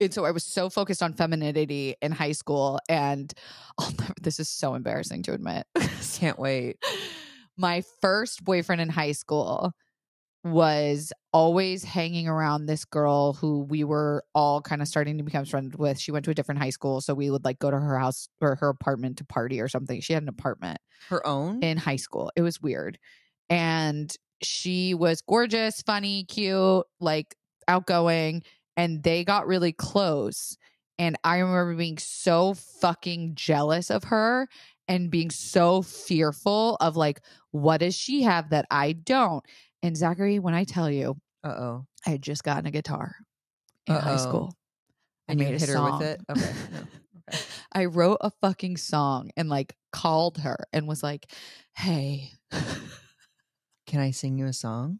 [SPEAKER 5] and so i was so focused on femininity in high school and I'll never, this is so embarrassing to admit
[SPEAKER 1] Can't wait.
[SPEAKER 5] my first boyfriend in high school was always hanging around this girl who we were all kind of starting to become friends with. She went to a different high school, so we would like go to her house or her apartment to party or something. She had an apartment
[SPEAKER 1] Her own?
[SPEAKER 5] in high school. It was weird. And she was gorgeous, funny, cute, like outgoing. And they got really close. And I remember being so fucking jealous of her and being so fearful of like, what does she have that I don't? And Zachary, when I tell you,
[SPEAKER 1] uh oh.
[SPEAKER 5] I had just gotten a guitar in high
[SPEAKER 1] Uh-oh.
[SPEAKER 5] school. I
[SPEAKER 1] And you
[SPEAKER 5] made a
[SPEAKER 1] hit her
[SPEAKER 5] song.
[SPEAKER 1] with it? Okay. No. Okay.
[SPEAKER 5] I wrote a fucking song and like called her and was like, hey,
[SPEAKER 1] Can I sing you a song?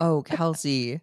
[SPEAKER 1] Oh, Kelsey.
[SPEAKER 5] and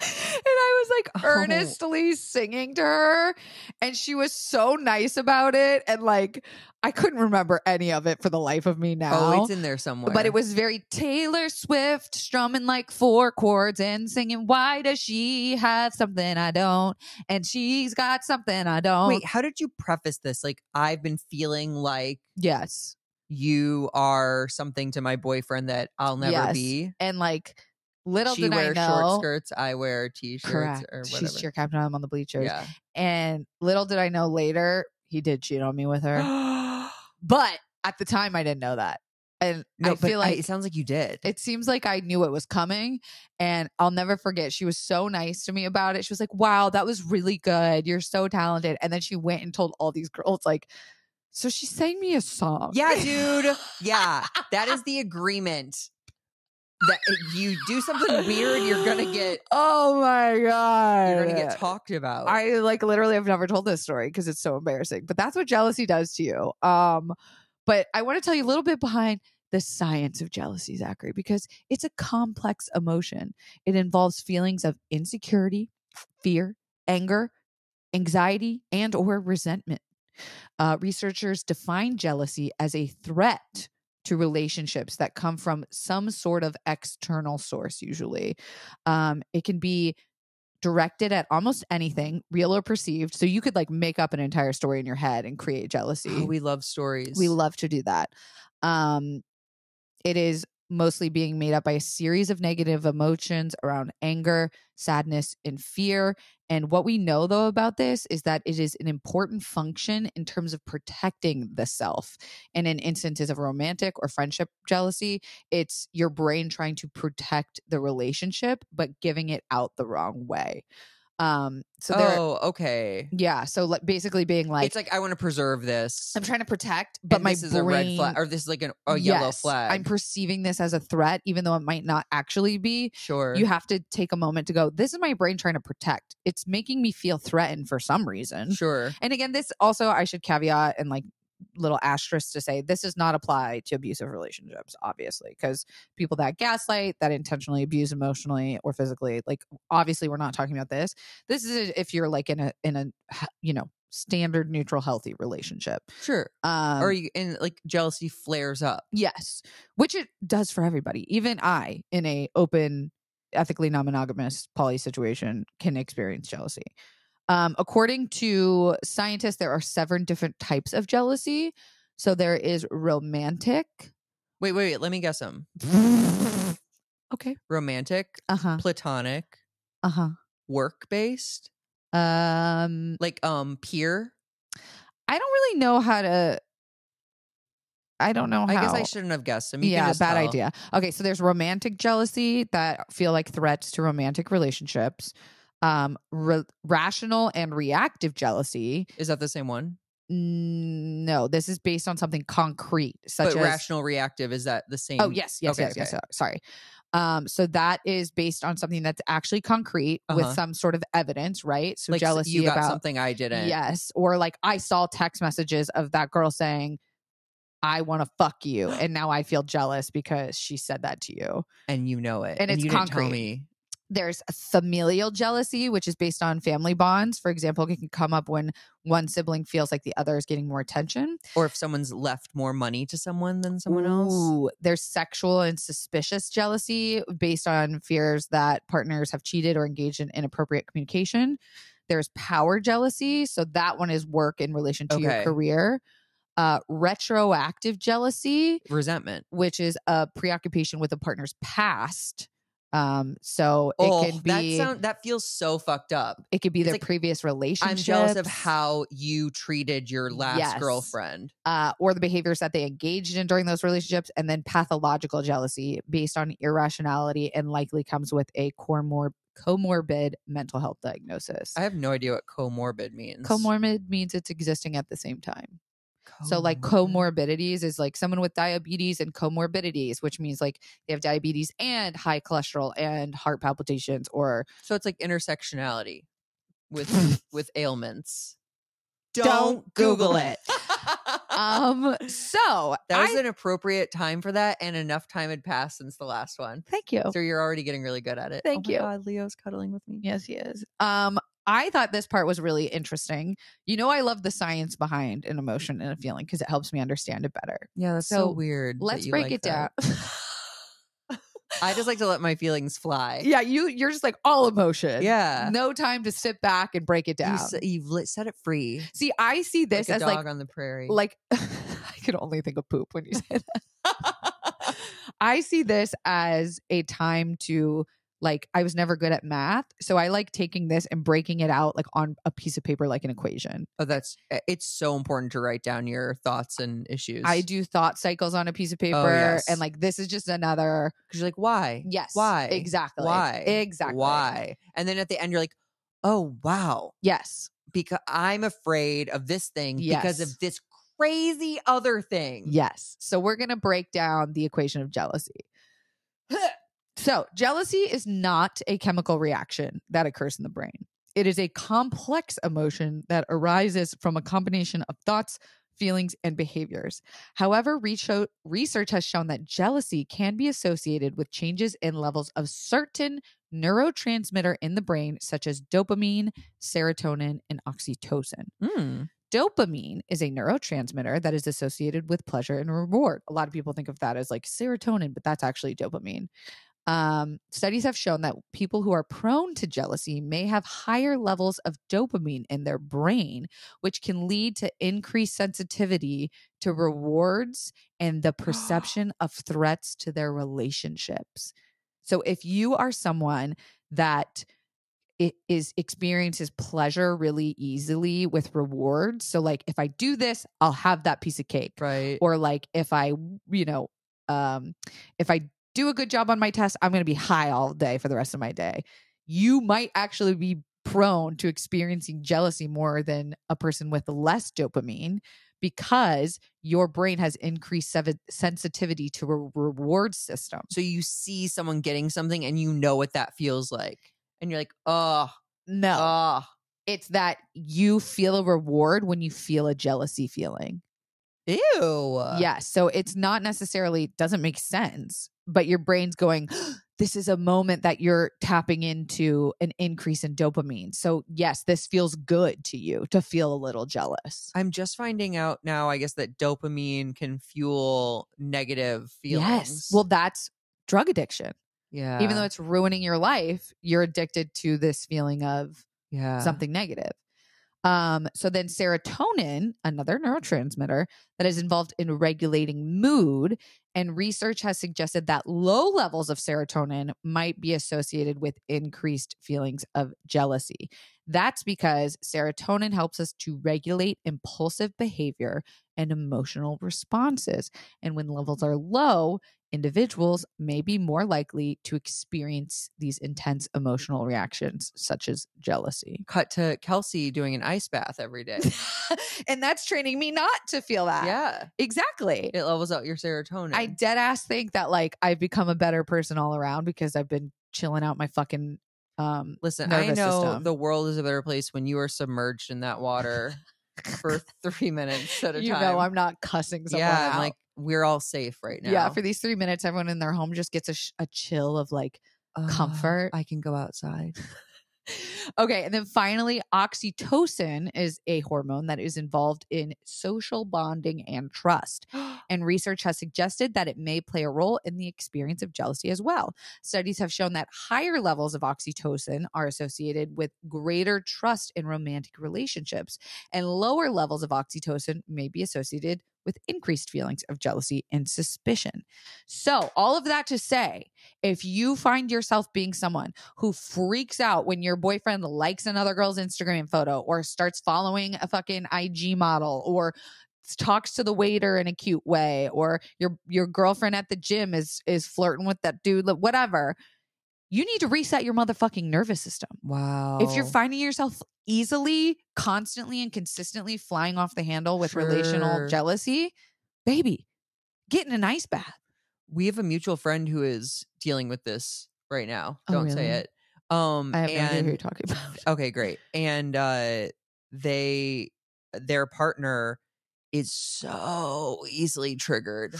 [SPEAKER 5] I was like
[SPEAKER 1] Oh.
[SPEAKER 5] earnestly singing to her, and she was so nice about it. And like, I couldn't remember any of it for the life of me
[SPEAKER 1] Oh,
[SPEAKER 5] now.
[SPEAKER 1] it's in there somewhere.
[SPEAKER 5] but it was very Taylor Swift strumming like four chords and singing, Why does she have something I don't? And she's got something I don't.
[SPEAKER 1] Wait, how did you preface this? Like, I've been feeling like
[SPEAKER 5] Yes.
[SPEAKER 1] you are something to my boyfriend that I'll never
[SPEAKER 5] Yes.
[SPEAKER 1] be.
[SPEAKER 5] And like, little
[SPEAKER 1] she
[SPEAKER 5] did I
[SPEAKER 1] wears
[SPEAKER 5] know.
[SPEAKER 1] short skirts. I wear t-shirts
[SPEAKER 5] Correct.
[SPEAKER 1] or whatever.
[SPEAKER 5] She's cheer captain. I'm on the bleachers.
[SPEAKER 1] yeah.
[SPEAKER 5] And little did I know later, he did cheat on me with her.
[SPEAKER 1] no,
[SPEAKER 5] But at the time, I didn't know that. And I
[SPEAKER 1] but
[SPEAKER 5] feel like
[SPEAKER 1] it sounds like you did.
[SPEAKER 5] it seems like I knew it was coming. And I'll never forget. She was so nice to me about it. She was like, wow, that was really good. You're so talented. And then she went and told all these girls, like, so she sang me a song.
[SPEAKER 1] yeah, dude. Yeah, that is the agreement. That if you do something weird, you're gonna get
[SPEAKER 5] Oh my God.
[SPEAKER 1] you're gonna get talked about.
[SPEAKER 5] I like literally have never told this story because it's so embarrassing. But that's what jealousy does to you. Um, but I want to tell you a little bit behind the science of jealousy, Zachary, because it's a complex emotion. It involves feelings of insecurity, fear, anger, anxiety, and or resentment. Uh, researchers define jealousy as a threat to relationships that come from some sort of external source. Usually, um, it can be directed at almost anything, real or perceived. So you could like make up an entire story in your head and create jealousy.
[SPEAKER 1] Oh, we love stories.
[SPEAKER 5] We love to do that. Um, it is mostly being made up by a series of negative emotions around anger, sadness, and fear. And what we know though about this is that it is an important function in terms of protecting the self. And in instances of romantic or friendship jealousy, it's your brain trying to protect the relationship, but giving it out the wrong way. Um, so there,
[SPEAKER 1] oh, okay.
[SPEAKER 5] yeah. So like, basically being like,
[SPEAKER 1] it's like I want to preserve this.
[SPEAKER 5] I'm trying to protect, but
[SPEAKER 1] and
[SPEAKER 5] my
[SPEAKER 1] this is
[SPEAKER 5] brain,
[SPEAKER 1] a red flag, or this is like an, a yellow
[SPEAKER 5] Yes,
[SPEAKER 1] flag.
[SPEAKER 5] I'm perceiving this as a threat, even though it might not actually be.
[SPEAKER 1] sure.
[SPEAKER 5] You have to take a moment to go, this is my brain trying to protect. It's making me feel threatened for some reason.
[SPEAKER 1] sure.
[SPEAKER 5] And again, this also, I should caveat and like little asterisk to say this does not apply to abusive relationships, obviously, because people that gaslight, that intentionally abuse emotionally or physically, like obviously we're not talking about this. This is if you're like in a, in a, you know, standard neutral healthy relationship.
[SPEAKER 1] Sure.
[SPEAKER 5] Um,
[SPEAKER 1] or you and like jealousy flares up.
[SPEAKER 5] Yes, which it does for everybody. Even I, in a open, ethically non-monogamous poly situation, can experience jealousy. Um, according to scientists, there are seven different types of jealousy. So there is romantic. Uh-huh,
[SPEAKER 1] Wait, wait, wait. Let me guess them.
[SPEAKER 5] Okay.
[SPEAKER 1] Romantic,
[SPEAKER 5] Uh huh.
[SPEAKER 1] platonic,
[SPEAKER 5] Uh huh.
[SPEAKER 1] work based,
[SPEAKER 5] Um,
[SPEAKER 1] like um peer.
[SPEAKER 5] I don't really know how to. I don't know.
[SPEAKER 1] I guess I
[SPEAKER 5] how.
[SPEAKER 1] shouldn't have guessed them. You can
[SPEAKER 5] yeah,
[SPEAKER 1] just
[SPEAKER 5] bad
[SPEAKER 1] tell.
[SPEAKER 5] idea. Okay, so there's romantic jealousy that feel like threats to romantic relationships. Um, ra- rational and reactive jealousy.
[SPEAKER 1] Is that the same one?
[SPEAKER 5] Mm, No, this is based on something concrete, such
[SPEAKER 1] but
[SPEAKER 5] as
[SPEAKER 1] rational reactive is that the same?
[SPEAKER 5] Oh yes, yes,
[SPEAKER 1] Okay,
[SPEAKER 5] yes, yes.
[SPEAKER 1] okay.
[SPEAKER 5] so- Sorry. Um, so that is based on something that's actually concrete with
[SPEAKER 1] Uh-huh.
[SPEAKER 5] some sort of evidence, right? So
[SPEAKER 1] Like s-
[SPEAKER 5] jealousy
[SPEAKER 1] you got
[SPEAKER 5] about
[SPEAKER 1] something I didn't.
[SPEAKER 5] Yes. Or like I saw text messages of that girl saying, I want to fuck you. And now I feel jealous because she said that to you.
[SPEAKER 1] and you know it,
[SPEAKER 5] And it's
[SPEAKER 1] you didn't tell
[SPEAKER 5] concrete.
[SPEAKER 1] me.
[SPEAKER 5] There's familial jealousy, which is based on family bonds. For example, it can come up when one sibling feels like the other is getting more attention.
[SPEAKER 1] or if someone's left more money to someone than someone else.
[SPEAKER 5] Ooh, there's sexual and suspicious jealousy based on fears that partners have cheated or engaged in inappropriate communication. There's power jealousy. So that one is work in relation to your
[SPEAKER 1] Okay.
[SPEAKER 5] career. Uh, retroactive jealousy,
[SPEAKER 1] Resentment.
[SPEAKER 5] which is a preoccupation with a partner's past. Um, so
[SPEAKER 1] oh,
[SPEAKER 5] it can be
[SPEAKER 1] that sound that feels so fucked up.
[SPEAKER 5] it could be
[SPEAKER 1] it's
[SPEAKER 5] their
[SPEAKER 1] like-
[SPEAKER 5] previous relationship.
[SPEAKER 1] I'm jealous of how you treated your last
[SPEAKER 5] Yes.
[SPEAKER 1] girlfriend.
[SPEAKER 5] uh, or the behaviors that they engaged in during those relationships, and then pathological jealousy based on irrationality and likely comes with a comor- comorbid mental health diagnosis.
[SPEAKER 1] I have no idea what comorbid means.
[SPEAKER 5] comorbid means it's existing at the same time. So, like
[SPEAKER 1] Oh.
[SPEAKER 5] comorbidities is like someone with diabetes and comorbidities, which means like they have diabetes and high cholesterol and heart palpitations or
[SPEAKER 1] So it's like intersectionality with with ailments.
[SPEAKER 5] Don't Google it. um. So
[SPEAKER 1] that was
[SPEAKER 5] I
[SPEAKER 1] an appropriate time for that, and enough time had passed since the last one.
[SPEAKER 5] thank you.
[SPEAKER 1] So you're already getting really good at it.
[SPEAKER 5] Oh. Thank
[SPEAKER 1] oh my
[SPEAKER 5] you.
[SPEAKER 1] God, Leo's cuddling with me.
[SPEAKER 5] Yes, he is. Um, I thought this part was really interesting. You know, I love the science behind an emotion and a feeling because it helps me understand it better.
[SPEAKER 1] Yeah, that's so,
[SPEAKER 5] So,
[SPEAKER 1] weird. that
[SPEAKER 5] Let's
[SPEAKER 1] you
[SPEAKER 5] break
[SPEAKER 1] like
[SPEAKER 5] it
[SPEAKER 1] that.
[SPEAKER 5] down.
[SPEAKER 1] I just like to let my feelings fly.
[SPEAKER 5] yeah, you you're just like all emotion.
[SPEAKER 1] Yeah.
[SPEAKER 5] No time to sit back and break it
[SPEAKER 1] You
[SPEAKER 5] down.
[SPEAKER 1] s- you've lit- set it free.
[SPEAKER 5] See, I see
[SPEAKER 1] like
[SPEAKER 5] this
[SPEAKER 1] a
[SPEAKER 5] as
[SPEAKER 1] dog
[SPEAKER 5] like
[SPEAKER 1] on the prairie.
[SPEAKER 5] like I could only think of poop when you say that. I see this as a time to like I was never good at math, so I like taking this and breaking it out like on a piece of paper like an equation.
[SPEAKER 1] oh, that's uh, it's so important to write down your thoughts and issues.
[SPEAKER 5] I do thought cycles on a piece of paper,
[SPEAKER 1] Oh, yes.
[SPEAKER 5] and like this is just another
[SPEAKER 1] because you're like, why?
[SPEAKER 5] yes,
[SPEAKER 1] Why?
[SPEAKER 5] exactly,
[SPEAKER 1] Why?
[SPEAKER 5] exactly,
[SPEAKER 1] Why? And then at the end, you're like, oh wow,
[SPEAKER 5] yes,
[SPEAKER 1] because I'm afraid of this thing because
[SPEAKER 5] Yes.
[SPEAKER 1] of this crazy other thing.
[SPEAKER 5] yes. So we're gonna break down the equation of jealousy. so jealousy is not a chemical reaction that occurs in the brain. It is a complex emotion that arises from a combination of thoughts, feelings, and behaviors. However, recho- research has shown that jealousy can be associated with changes in levels of certain neurotransmitter in the brain, such as dopamine, serotonin, and oxytocin.
[SPEAKER 1] Hmm.
[SPEAKER 5] Dopamine is a neurotransmitter that is associated with pleasure and reward. A lot of people think of that as like serotonin, but that's actually dopamine. Um, studies have shown that people who are prone to jealousy may have higher levels of dopamine in their brain, which can lead to increased sensitivity to rewards and the perception of threats to their relationships. So if you are someone that it is experiences pleasure really easily with rewards. So like if I do this, I'll have that piece of cake.
[SPEAKER 1] Right.
[SPEAKER 5] Or like if I, you know, um if I do a good job on my test, I'm going to be high all day for the rest of my day. You might actually be prone to experiencing jealousy more than a person with less dopamine because your brain has increased sev- sensitivity to a reward system.
[SPEAKER 1] so you see someone getting something and you know what that feels like. And you're like, oh,
[SPEAKER 5] No.
[SPEAKER 1] oh.
[SPEAKER 5] it's that you feel a reward when you feel a jealousy feeling.
[SPEAKER 1] Ew.
[SPEAKER 5] yes. So it's not necessarily doesn't make sense, but your brain's going, this is a moment that you're tapping into an increase in dopamine. So yes, this feels good to you to feel a little jealous.
[SPEAKER 1] I'm just finding out now, I guess, that dopamine can fuel negative feelings.
[SPEAKER 5] Yes. Well, that's drug addiction.
[SPEAKER 1] yeah.
[SPEAKER 5] Even though it's ruining your life, you're addicted to this feeling of
[SPEAKER 1] yeah.
[SPEAKER 5] something negative. Um, so then serotonin, another neurotransmitter that is involved in regulating mood, and research has suggested that low levels of serotonin might be associated with increased feelings of jealousy. That's because serotonin helps us to regulate impulsive behavior and emotional responses. And when levels are low, individuals may be more likely to experience these intense emotional reactions, such as jealousy.
[SPEAKER 1] Cut to Kelsey doing an ice bath every day.
[SPEAKER 5] and that's training me not to feel that.
[SPEAKER 1] yeah.
[SPEAKER 5] Exactly.
[SPEAKER 1] It levels out your serotonin.
[SPEAKER 5] I dead ass think that like I've become a better person all around because I've been chilling out my fucking um
[SPEAKER 1] Listen, I
[SPEAKER 5] nervous
[SPEAKER 1] know
[SPEAKER 5] system.
[SPEAKER 1] the world is a better place when you are submerged in that water for three minutes at a
[SPEAKER 5] you
[SPEAKER 1] time.
[SPEAKER 5] know I'm not cussing someone
[SPEAKER 1] yeah,
[SPEAKER 5] out.
[SPEAKER 1] I'm like, we're all safe right now.
[SPEAKER 5] yeah, for these three minutes, everyone in their home just gets a, sh- a chill of like,
[SPEAKER 1] Uh,
[SPEAKER 5] Comfort.
[SPEAKER 1] I can go outside.
[SPEAKER 5] Okay. And then finally, oxytocin is a hormone that is involved in social bonding and trust. And research has suggested that it may play a role in the experience of jealousy as well. Studies have shown that higher levels of oxytocin are associated with greater trust in romantic relationships, and lower levels of oxytocin may be associated with increased feelings of jealousy and suspicion. So, all of that to say, if you find yourself being someone who freaks out when your boyfriend likes another girl's Instagram photo or starts following a fucking IG model or s- talks to the waiter in a cute way or your your girlfriend at the gym is is flirting with that dude like, whatever you need to reset your motherfucking nervous system
[SPEAKER 1] Wow.
[SPEAKER 5] if you're finding yourself easily constantly and consistently flying off the handle with relational
[SPEAKER 1] Sure.
[SPEAKER 5] jealousy baby get in an ice bath
[SPEAKER 1] we have a mutual friend who is dealing with this right now.
[SPEAKER 5] Oh,
[SPEAKER 1] Don't
[SPEAKER 5] really?
[SPEAKER 1] say it. Um,
[SPEAKER 5] i have no idea
[SPEAKER 1] and
[SPEAKER 5] who you're talking about
[SPEAKER 1] okay, great. And uh, they, their partner, is so easily triggered,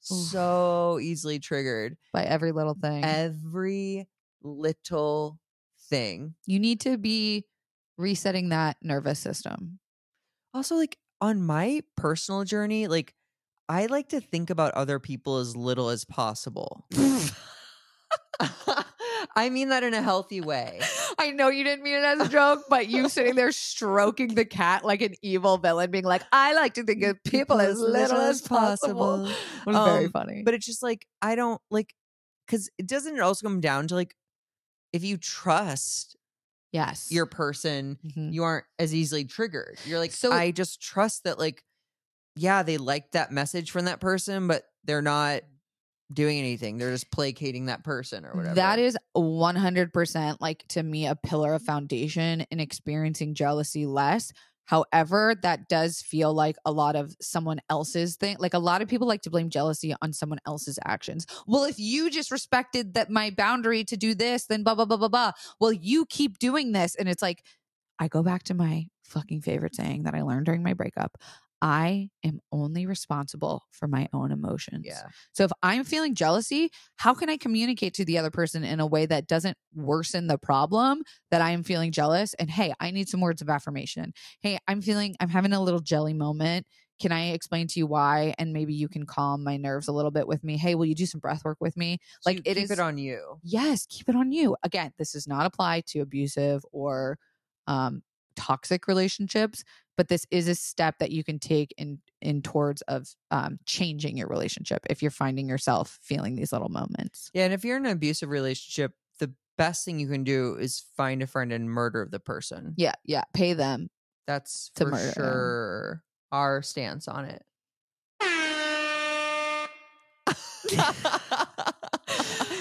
[SPEAKER 1] so easily triggered.
[SPEAKER 5] by every little thing
[SPEAKER 1] Every little thing.
[SPEAKER 5] you need to be resetting that nervous system
[SPEAKER 1] also like on my personal journey like i like to think about other people as little as possible i mean that in a healthy way
[SPEAKER 5] I know you didn't mean it as a joke, but you sitting there stroking the cat like an evil villain, being like, I like to think of people as little as possible. It was very
[SPEAKER 1] Um,
[SPEAKER 5] funny.
[SPEAKER 1] but it's just like i don't like because it doesn't it also come down to like if you trust
[SPEAKER 5] yes.
[SPEAKER 1] your person
[SPEAKER 5] Mhm.
[SPEAKER 1] you aren't as easily triggered you're like
[SPEAKER 5] So-
[SPEAKER 1] so i just trust that like yeah they liked that message from that person but they're
[SPEAKER 5] Mm.
[SPEAKER 1] not doing anything they're just placating that person or whatever
[SPEAKER 5] That is 100% like to me a pillar of foundation in experiencing jealousy less. However, that does feel like a lot of someone else's thing. Like a lot of people like to blame jealousy on someone else's actions. Well, if you just respected that my boundary to do this, then blah, blah, blah, blah, blah. Well, you keep doing this. And it's like, I go back to my fucking favorite saying that I learned during my breakup I am only responsible for my own emotions.
[SPEAKER 1] yeah
[SPEAKER 5] So if I'm feeling jealousy, how can I communicate to the other person in a way that doesn't worsen the problem that I am feeling jealous? And hey, I need some words of affirmation. Hey, I'm feeling, I'm having a little jelly moment. Can I explain to you why? And maybe you can calm my nerves a little bit with me. Hey, will you do some breath work with me?
[SPEAKER 1] So
[SPEAKER 5] Like,
[SPEAKER 1] you
[SPEAKER 5] it
[SPEAKER 1] keep
[SPEAKER 5] is-
[SPEAKER 1] it on you.
[SPEAKER 5] Yes, keep it on you. Again, this does not apply to abusive or um, toxic relationships, but this is a step that you can take in in towards of um, changing your relationship if you're finding yourself feeling these little moments.
[SPEAKER 1] Yeah, and if you're in an abusive relationship, the best thing you can do is find a friend and murder the person.
[SPEAKER 5] Yeah, yeah, pay them.
[SPEAKER 1] That's
[SPEAKER 5] To
[SPEAKER 1] for
[SPEAKER 5] murder 'em.
[SPEAKER 1] sure our stance on it.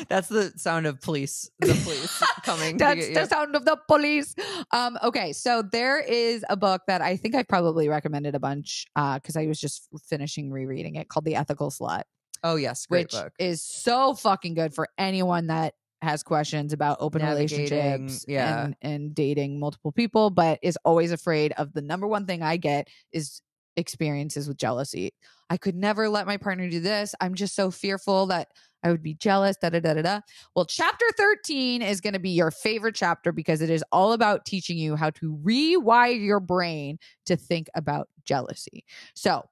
[SPEAKER 1] That's the sound of police the police coming. to
[SPEAKER 5] That's
[SPEAKER 1] get
[SPEAKER 5] the
[SPEAKER 1] you.
[SPEAKER 5] sound of the police. Um, okay, so there is a book that I think I probably recommended a bunch because I was just finishing rereading it called The Ethical Slut.
[SPEAKER 1] Oh yes, great
[SPEAKER 5] which
[SPEAKER 1] book.
[SPEAKER 5] is so fucking good for anyone that has questions about open relationships
[SPEAKER 1] Navigating, yeah.
[SPEAKER 5] and, and dating multiple people, but is always afraid of the number one thing I get is experiences with jealousy. I could never let my partner do this. I'm just so fearful that I would be jealous. Da da da da da. Well, chapter 13 is going to be your favorite chapter because it is all about teaching you how to rewire your brain to think about jealousy. So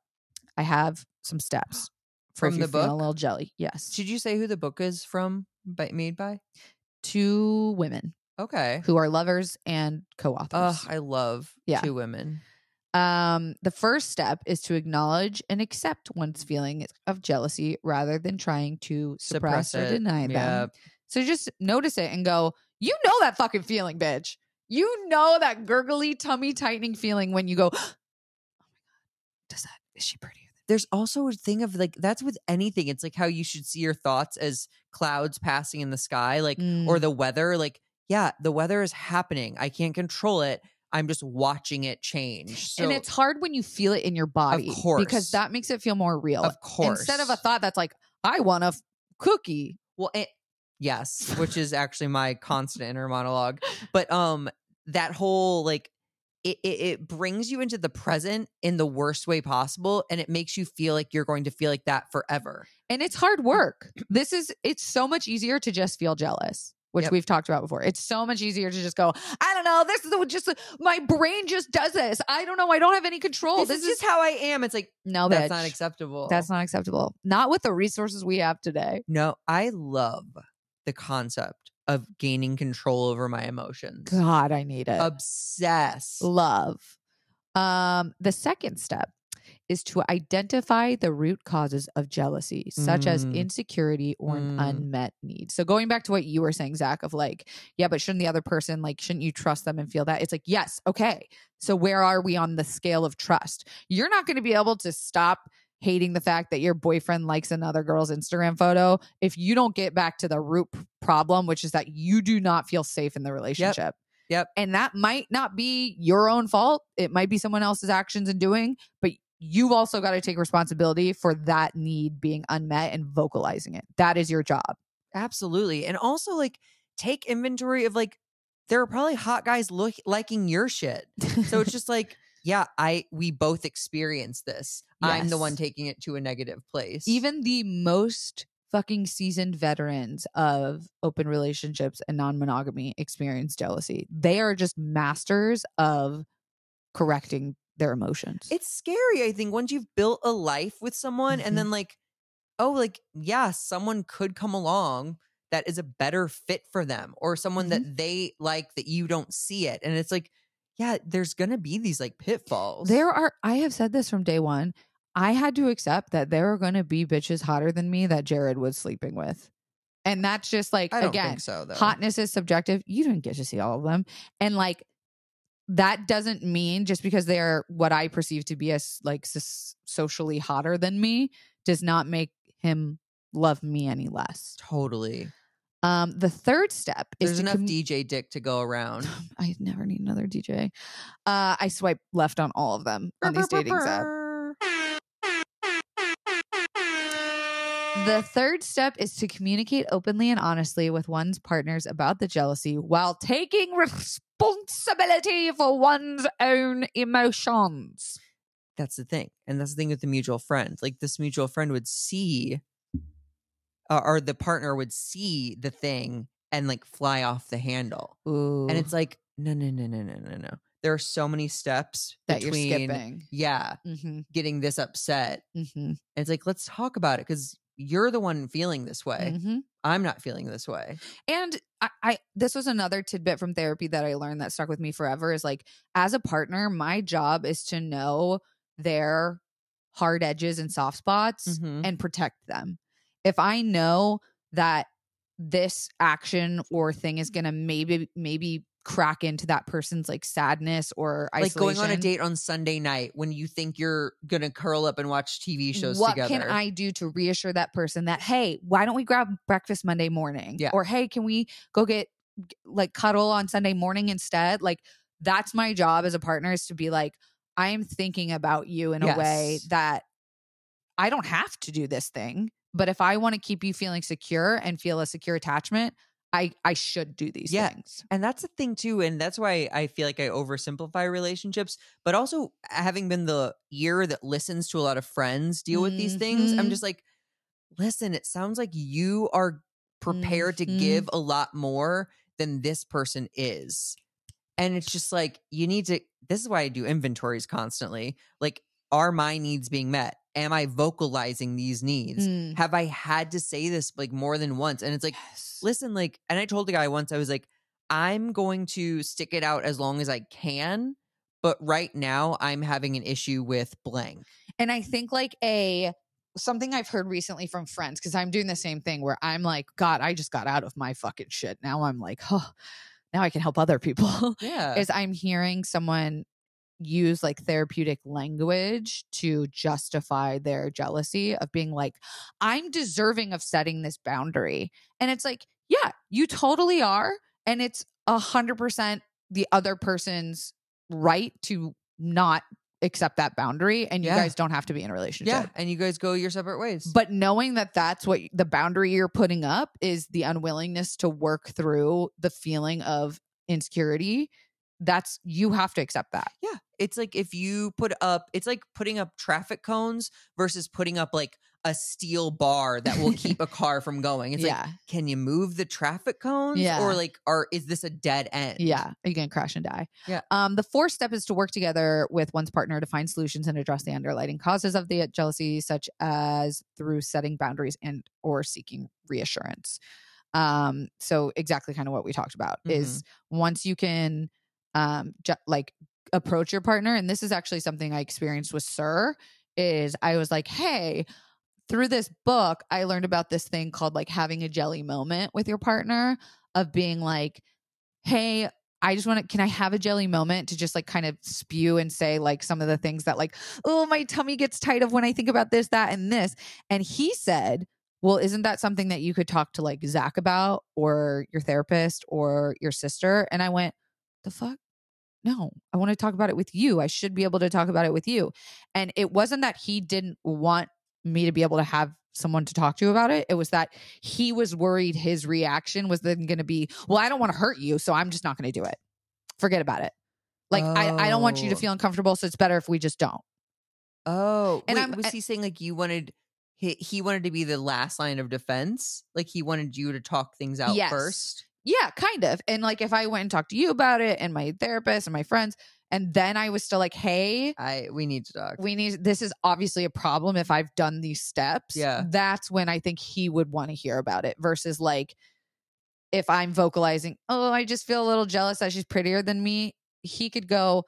[SPEAKER 5] I have some steps for if
[SPEAKER 1] From
[SPEAKER 5] you're
[SPEAKER 1] the
[SPEAKER 5] feeling a
[SPEAKER 1] book?
[SPEAKER 5] little jelly. Yes.
[SPEAKER 1] Did you say who the book is from? By, made by?
[SPEAKER 5] Two women
[SPEAKER 1] Okay.
[SPEAKER 5] who are lovers and co authors.
[SPEAKER 1] Ugh, I love
[SPEAKER 5] Yeah.
[SPEAKER 1] two women.
[SPEAKER 5] Um, the first step is to acknowledge and accept one's feelings of jealousy rather than trying to suppress,
[SPEAKER 1] Suppress
[SPEAKER 5] or
[SPEAKER 1] it.
[SPEAKER 5] deny them.
[SPEAKER 1] Yep.
[SPEAKER 5] So just notice it and go, you know that fucking feeling, bitch. You know that gurgly, tummy tightening feeling when you go, oh my God, does that, is she prettier?
[SPEAKER 1] there's also a thing of like that's with anything. It's like how you should see your thoughts as clouds passing in the sky, like
[SPEAKER 5] than
[SPEAKER 1] or the weather. Like, yeah, the weather is happening. I can't control it. I'm just watching it change. So,
[SPEAKER 5] and it's hard when you feel it in your body. Because
[SPEAKER 1] course.
[SPEAKER 5] that makes it feel more real.
[SPEAKER 1] of course
[SPEAKER 5] Instead of a thought that's like, I want a f- cookie.
[SPEAKER 1] well, it, yes, which is actually my constant inner monologue. But um, that whole like. It, it, it brings you into the present in the worst way possible and it makes you feel like you're going to feel like that forever Mm.
[SPEAKER 5] And it's hard work. This is, it's so much easier to just feel jealous. which
[SPEAKER 1] Yep.
[SPEAKER 5] we've talked about before. It's so much easier to just go, I don't know. This is the- just my brain just does this. I don't know. I don't have any control.
[SPEAKER 1] this, is, just how I am. It's like
[SPEAKER 5] no,
[SPEAKER 1] that's
[SPEAKER 5] Oh, bitch.
[SPEAKER 1] not acceptable.
[SPEAKER 5] That's not acceptable. Not with the resources we have today.
[SPEAKER 1] no. I love the concept of gaining control over my emotions.
[SPEAKER 5] God, I need it.
[SPEAKER 1] Obsessed.
[SPEAKER 5] Love. Um, the second step is to identify the root causes of jealousy, such as
[SPEAKER 1] Mm.
[SPEAKER 5] insecurity or an
[SPEAKER 1] Mm.
[SPEAKER 5] unmet need. So going back to what you were saying, Zach, of like, yeah, but shouldn't the other person like, shouldn't you trust them and feel that? It's like, yes, okay. So where are we on the scale of trust? You're not going to be able to stop hating the fact that your boyfriend likes another girl's Instagram photo if you don't get back to the root p- problem, which is that you do not feel safe in the relationship.
[SPEAKER 1] Yep.
[SPEAKER 5] And that might not be your own fault. It might be someone else's actions and doing, but you've also got to take responsibility for that need being unmet and vocalizing it. That is your job.
[SPEAKER 1] Absolutely. And also like take inventory of like there are probably hot guys look liking your shit. So it's just like, yeah, I we both experienced this. I'm the one
[SPEAKER 5] Yes.
[SPEAKER 1] taking it to a negative place.
[SPEAKER 5] even the most fucking seasoned veterans of open relationships and non-monogamy experience jealousy. They are just masters of correcting their emotions.
[SPEAKER 1] it's scary, I think, once you've built a life with someone
[SPEAKER 5] Mhm.
[SPEAKER 1] and then like, oh, like, yeah, someone could come along that is a better fit for them or someone
[SPEAKER 5] Mm-hmm.
[SPEAKER 1] that they like that you don't see it. And it's like, yeah, there's gonna be these like pitfalls.
[SPEAKER 5] There are, I have said this from day one. I had to accept that there are going to be bitches hotter than me that Jared was sleeping with. And that's just like,
[SPEAKER 1] I don't
[SPEAKER 5] again,
[SPEAKER 1] think so though.
[SPEAKER 5] hotness is subjective. You didn't get to see all of them. And like, that doesn't mean just because they are what I perceive to be as like s- socially hotter than me does not make him love me any less.
[SPEAKER 1] Totally.
[SPEAKER 5] Um, the third step is
[SPEAKER 1] There's
[SPEAKER 5] to
[SPEAKER 1] enough
[SPEAKER 5] commu-
[SPEAKER 1] DJ dick to go around.
[SPEAKER 5] I never need another DJ. Uh, I swipe left on all of them on these dating apps. The third step is to communicate openly and honestly with one's partners about the jealousy while taking responsibility for one's own emotions.
[SPEAKER 1] That's the thing. And that's the thing with the mutual friend. Like this mutual friend would see uh, or the partner would see the thing and like fly off the handle.
[SPEAKER 5] Ooh,
[SPEAKER 1] And it's like, no, no, no, no, no, no, no. There are so many steps
[SPEAKER 5] that
[SPEAKER 1] between,
[SPEAKER 5] you're skipping.
[SPEAKER 1] Yeah,
[SPEAKER 5] hmm
[SPEAKER 1] getting this upset.
[SPEAKER 5] hmm
[SPEAKER 1] And it's like, let's talk about it because you're the one feeling this way.
[SPEAKER 5] hmm
[SPEAKER 1] I'm not feeling this way.
[SPEAKER 5] And I, I, this was another tidbit from therapy that I learned that stuck with me forever is like, as a partner, my job is to know their hard edges and soft spots
[SPEAKER 1] Mhm.
[SPEAKER 5] and protect them. If I know that this action or thing is going to maybe, maybe crack into that person's like sadness or
[SPEAKER 1] Like
[SPEAKER 5] isolation,
[SPEAKER 1] going on a date on Sunday night when you think you're gonna curl up and watch TV shows
[SPEAKER 5] what
[SPEAKER 1] together.
[SPEAKER 5] can I do to reassure that person that hey, why don't we grab breakfast Monday morning?
[SPEAKER 1] Yeah.
[SPEAKER 5] Or hey, can we go get like cuddle on Sunday morning instead? Like that's my job as a partner is to be like I am thinking about you in a way
[SPEAKER 1] Yes.
[SPEAKER 5] that I don't have to do this thing, but if I want to keep you feeling secure and feel a secure attachment, I I should do these
[SPEAKER 1] Yeah.
[SPEAKER 5] things.
[SPEAKER 1] And that's the thing too, and that's why I feel like I oversimplify relationships. But also, having been the ear that listens to a lot of friends deal with these things, I'm
[SPEAKER 5] Mhm.
[SPEAKER 1] just like, listen, it sounds like you are prepared
[SPEAKER 5] Mhm.
[SPEAKER 1] to give a lot more than this person is, and it's just like you need to. This is why I do inventories constantly. Like, are my needs being met? Am I vocalizing these needs?
[SPEAKER 5] Mm.
[SPEAKER 1] Have I had to say this like more than once? And it's like
[SPEAKER 5] Yes.
[SPEAKER 1] listen, like, and I told the guy once, I was like, I'm going to stick it out as long as I can. But right now, I'm having an issue with blank.
[SPEAKER 5] And I think like a something I've heard recently from friends because I'm doing the same thing where I'm like, God, I just got out of my fucking shit. Now I'm like, oh, now I can help other people.
[SPEAKER 1] Yeah.
[SPEAKER 5] Is I'm hearing someone use like therapeutic language to justify their jealousy of being like, I'm deserving of setting this boundary. And it's like, yeah, you totally are. And it's a hundred percent the other person's right to not accept that boundary. And you
[SPEAKER 1] Yeah.
[SPEAKER 5] guys don't have to be in a relationship.
[SPEAKER 1] yeah. And you guys go your separate ways.
[SPEAKER 5] But knowing that that's what the boundary you're putting up is the unwillingness to work through the feeling of insecurity that's you have to accept that.
[SPEAKER 1] Yeah. It's like if you put up, it's like putting up traffic cones versus putting up like a steel bar that will keep a car from going. It's like,
[SPEAKER 5] yeah.
[SPEAKER 1] can you move the traffic cones?
[SPEAKER 5] Yeah.
[SPEAKER 1] Or like, are is this a dead end?
[SPEAKER 5] yeah. Are you gonna crash and die?
[SPEAKER 1] Yeah.
[SPEAKER 5] Um, the fourth step is to work together with one's partner to find solutions and address the underlying causes of the uh, jealousy, such as through setting boundaries and or seeking reassurance. Um, so exactly kind of what we talked about is once you can um ju- like approach your partner, and this is actually something I experienced with Sir, is I was like, hey, through this book, I learned about this thing called like having a jelly moment with your partner of being like, hey, I just want to, can I have a jelly moment to just like kind of spew and say like some of the things that like, oh, my tummy gets tight of when I think about this, that, and this. And he said, well, isn't that something that you could talk to like Zach about or your therapist or your sister? And I went, the fuck? No, I want to talk about it with you. I should be able to talk about it with you. And it wasn't that he didn't want me to be able to have someone to talk to about it. It was that he was worried his reaction was then going to be, well, I don't want to hurt you, so I'm just not going to do it. Forget about it. Like I, I don't want you to
[SPEAKER 1] Oh.
[SPEAKER 5] feel uncomfortable, so it's better if we just don't.
[SPEAKER 1] Oh,
[SPEAKER 5] And
[SPEAKER 1] wait,
[SPEAKER 5] I'm-
[SPEAKER 1] was he saying like you wanted he, he wanted to be the last line of defense? Like he wanted you to talk things out
[SPEAKER 5] Yes.
[SPEAKER 1] first?
[SPEAKER 5] Yeah, kind of. And like if I went and talked to you about it and my therapist and my friends, and then I was still like, hey,
[SPEAKER 1] I we need to talk.
[SPEAKER 5] we need this is obviously a problem if I've done these steps.
[SPEAKER 1] Yeah.
[SPEAKER 5] That's when I think he would want to hear about it versus like if I'm vocalizing, oh, I just feel a little jealous that she's prettier than me. He could go,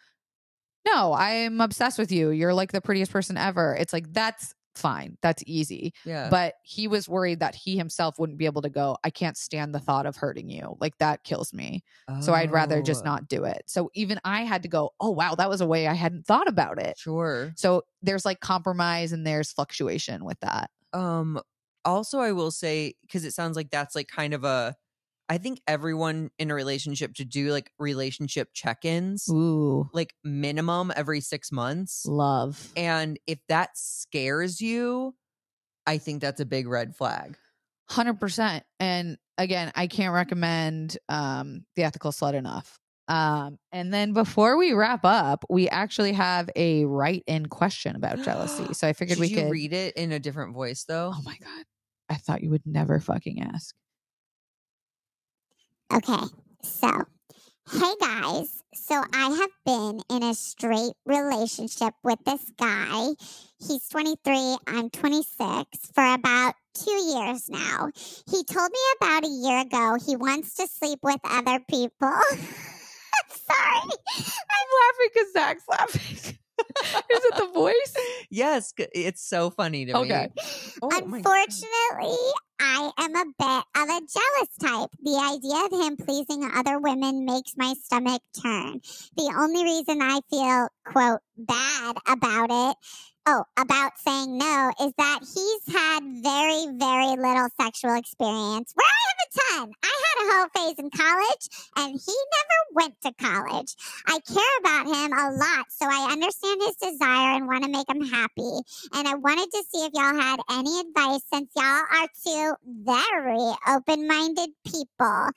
[SPEAKER 5] no, I'm obsessed with you. You're like the prettiest person ever. It's like, that's fine. That's easy
[SPEAKER 1] yeah.
[SPEAKER 5] but he was worried that he himself wouldn't be able to go i can't stand the thought of hurting you like that kills me so i'd rather just
[SPEAKER 1] Oh,
[SPEAKER 5] not do it so even i had to go oh wow that was a way i hadn't thought about it
[SPEAKER 1] Sure.
[SPEAKER 5] so there's like compromise and there's fluctuation with that
[SPEAKER 1] um also i will say because it sounds like that's like kind of a i think everyone in a relationship should do like relationship check-ins
[SPEAKER 5] ooh
[SPEAKER 1] like minimum every six months
[SPEAKER 5] love
[SPEAKER 1] and if that scares you i think that's a big red flag
[SPEAKER 5] 100% and again i can't recommend um the ethical slut enough um and then before we wrap up we actually have a write in question about jealousy so i figured
[SPEAKER 1] Should
[SPEAKER 5] we
[SPEAKER 1] you
[SPEAKER 5] could
[SPEAKER 1] read it in a different voice though
[SPEAKER 5] Oh my God. I thought you would never fucking ask.
[SPEAKER 4] Okay, so hey guys, so I have been in a straight relationship with this guy. He's 23, I'm 26, for about two years now. He told me about a year ago he wants to sleep with other people. Sorry.
[SPEAKER 5] I'm laughing because Zach's laughing. Is it the voice?
[SPEAKER 1] yes c- it's so funny to
[SPEAKER 5] Okay.
[SPEAKER 1] me Oh my God.
[SPEAKER 4] Unfortunately, I am a bit of a jealous type. The idea of him pleasing other women makes my stomach turn. The only reason I feel, quote, bad about it, oh, about saying no, is that he's had very, very little sexual experience. Where I have a ton. I had a whole phase in college, and he never went to college. I care about him a lot, so I understand his desire and want to make him happy and I wanted to see if y'all had any advice since y'all are two very open minded people.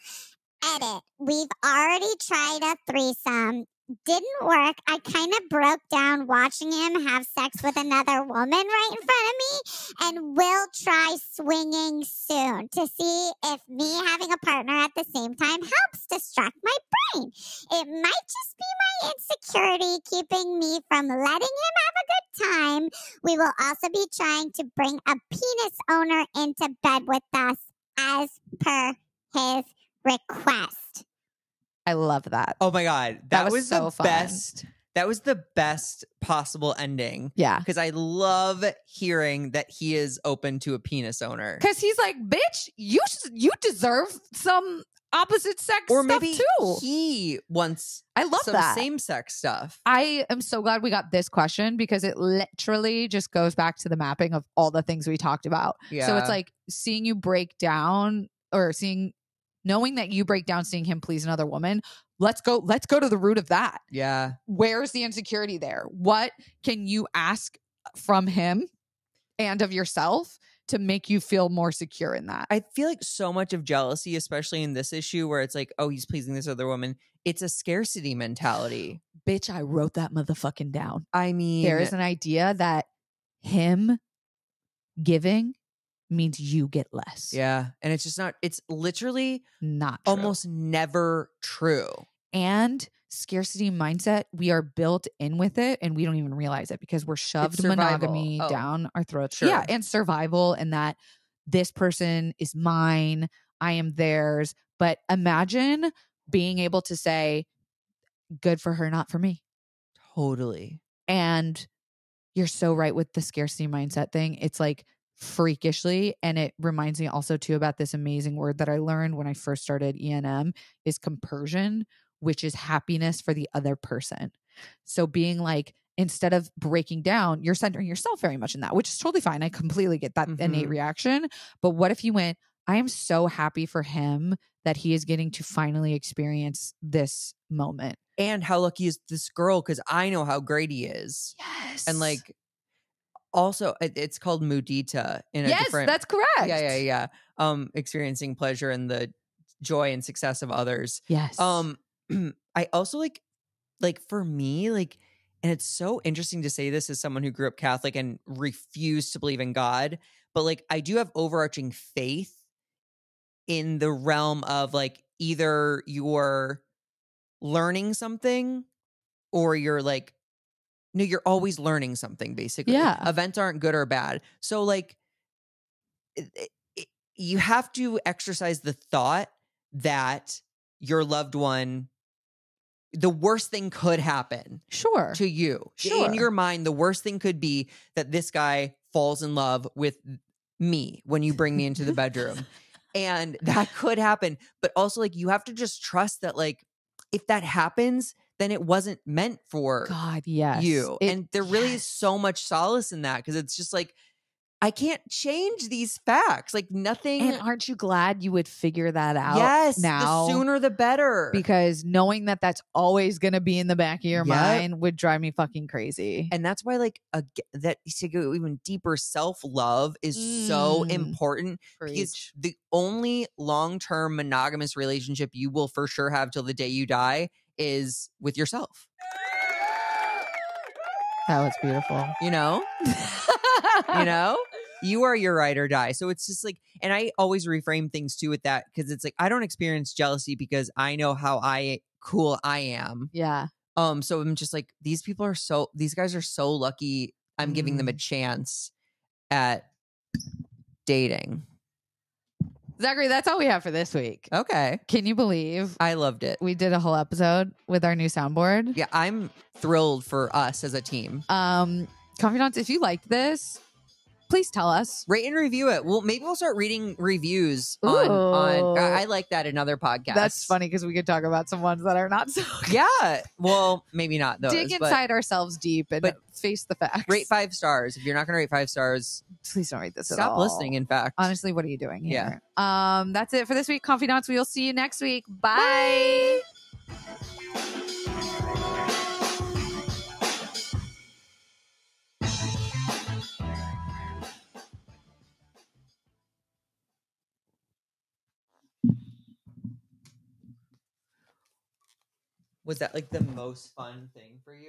[SPEAKER 4] Edit. We've already tried a threesome. Didn't work. I kind of broke down watching him have sex with another woman right in front of me and will try swinging soon to see if me having a partner at the same time helps distract my brain. It might just be my insecurity keeping me from letting him have a good time we will also be trying to bring a penis owner into bed with us as per his request.
[SPEAKER 5] I love that.
[SPEAKER 1] oh my god that,
[SPEAKER 5] was
[SPEAKER 1] was,
[SPEAKER 5] so
[SPEAKER 1] the
[SPEAKER 5] fun.
[SPEAKER 1] best that was the best possible ending
[SPEAKER 5] Yeah.
[SPEAKER 1] because i love hearing that he is open to a penis owner
[SPEAKER 5] Because he's like, bitch, you s- you deserve some opposite sex
[SPEAKER 1] or
[SPEAKER 5] stuff
[SPEAKER 1] maybe
[SPEAKER 5] too.
[SPEAKER 1] he wants
[SPEAKER 5] I love
[SPEAKER 1] some
[SPEAKER 5] that.
[SPEAKER 1] same sex stuff.
[SPEAKER 5] I am so glad we got this question because it literally just goes back to the mapping of all the things we talked about.
[SPEAKER 1] Yeah.
[SPEAKER 5] So it's like seeing you break down or seeing knowing that you break down seeing him please another woman. Let's go let's go to the root of that.
[SPEAKER 1] yeah,
[SPEAKER 5] where's the insecurity there? What can you ask from him and of yourself to make you feel more secure in that.
[SPEAKER 1] I feel like so much of jealousy, especially in this issue where it's like, oh, he's pleasing this other woman, it's a scarcity mentality.
[SPEAKER 5] Bitch, I wrote that motherfucking down.
[SPEAKER 1] I mean,
[SPEAKER 5] There is an idea that him giving means you get less.
[SPEAKER 1] yeah. And it's just not, it's literally
[SPEAKER 5] Not true.
[SPEAKER 1] almost never true.
[SPEAKER 5] and scarcity mindset we are built in with it and we don't even realize it because we're shoved
[SPEAKER 1] survival.
[SPEAKER 5] monogamy
[SPEAKER 1] Oh,
[SPEAKER 5] down our throats yeah
[SPEAKER 1] sure.
[SPEAKER 5] and survival and that this person is mine i am theirs but imagine being able to say good for her not for me
[SPEAKER 1] Totally.
[SPEAKER 5] and you're so right with the scarcity mindset thing it's like freakishly and it reminds me also too about this amazing word that i learned when i first started enm is compersion which is happiness for the other person so being like instead of breaking down you're centering yourself very much in that which is totally fine i completely get that innate
[SPEAKER 1] Mhm.
[SPEAKER 5] reaction but what if you went i am so happy for him that he is getting to finally experience this moment
[SPEAKER 1] And how lucky is this girl? Because I know how great he is.
[SPEAKER 5] yes
[SPEAKER 1] And like, also, it- it's called mudita in a
[SPEAKER 5] yes
[SPEAKER 1] different.
[SPEAKER 5] that's correct
[SPEAKER 1] yeah, yeah, yeah. Um, experiencing pleasure in the joy and success of others.
[SPEAKER 5] Yes.
[SPEAKER 1] Um, I also like, like for me, like, and it's so interesting to say this as someone who grew up Catholic and refused to believe in God, but like I do have overarching faith in the realm of like either you're learning something or you're like, no, you're always learning something basically.
[SPEAKER 5] Yeah.
[SPEAKER 1] Events aren't good or bad. So like, it- it- it- you have to exercise the thought that your loved one the worst thing could happen
[SPEAKER 5] sure.
[SPEAKER 1] to you
[SPEAKER 5] Sure.
[SPEAKER 1] in your mind the worst thing could be that this guy falls in love with me when you bring me into the bedroom and that could happen but also like you have to just trust that like if that happens then it wasn't meant for
[SPEAKER 5] God, yes.
[SPEAKER 1] you.
[SPEAKER 5] It-
[SPEAKER 1] and there really
[SPEAKER 5] yes.
[SPEAKER 1] is so much solace in that because it's just like, I can't change these facts. Like nothing.
[SPEAKER 5] And aren't you glad you would figure that out?
[SPEAKER 1] yes,
[SPEAKER 5] now
[SPEAKER 1] the sooner the better.
[SPEAKER 5] Because knowing that that's always going to be in the back of your
[SPEAKER 1] Yep.
[SPEAKER 5] mind would drive me fucking crazy.
[SPEAKER 1] and that's why, like, a, that to go even deeper, self love is so
[SPEAKER 5] Mm.
[SPEAKER 1] important because the only long term monogamous relationship you will for sure have till the day you die is with yourself.
[SPEAKER 5] that was beautiful.
[SPEAKER 1] You know, you know, you are your ride or die. So it's just like, and I always reframe things too with that because it's like I don't experience jealousy because I know how I cool I am.
[SPEAKER 5] Yeah.
[SPEAKER 1] Um, so I'm just like these people are so these guys are so lucky. I'm giving them a
[SPEAKER 5] Mm-hmm.
[SPEAKER 1] chance at dating.
[SPEAKER 5] Zachary, that's all we have for this
[SPEAKER 1] Oh.
[SPEAKER 5] week.
[SPEAKER 1] Okay,
[SPEAKER 5] Can you believe
[SPEAKER 1] I loved it.
[SPEAKER 5] we did a whole episode with our new soundboard?
[SPEAKER 1] Yeah, I'm thrilled for us as a team.
[SPEAKER 5] Um, Confidants, if you liked this, please tell us.
[SPEAKER 1] Rate and review it. Well, maybe we'll start reading reviews on
[SPEAKER 5] Ooh.
[SPEAKER 1] on. I, I like that in other podcasts.
[SPEAKER 5] That's funny because we could talk about some ones that are not so
[SPEAKER 1] Yeah. Well, maybe not those.
[SPEAKER 5] dig
[SPEAKER 1] but-
[SPEAKER 5] inside ourselves deep and
[SPEAKER 1] but
[SPEAKER 5] face the facts.
[SPEAKER 1] rate five stars. If you're not going to rate five stars,
[SPEAKER 5] Please don't rate this. at
[SPEAKER 1] stop
[SPEAKER 5] all.
[SPEAKER 1] listening. In fact,
[SPEAKER 5] Honestly, what are you doing
[SPEAKER 1] Yeah.
[SPEAKER 5] here? Um, that's it for this week, confidants. We will see you next week. Bye.
[SPEAKER 1] Bye. was that like the most fun thing for you?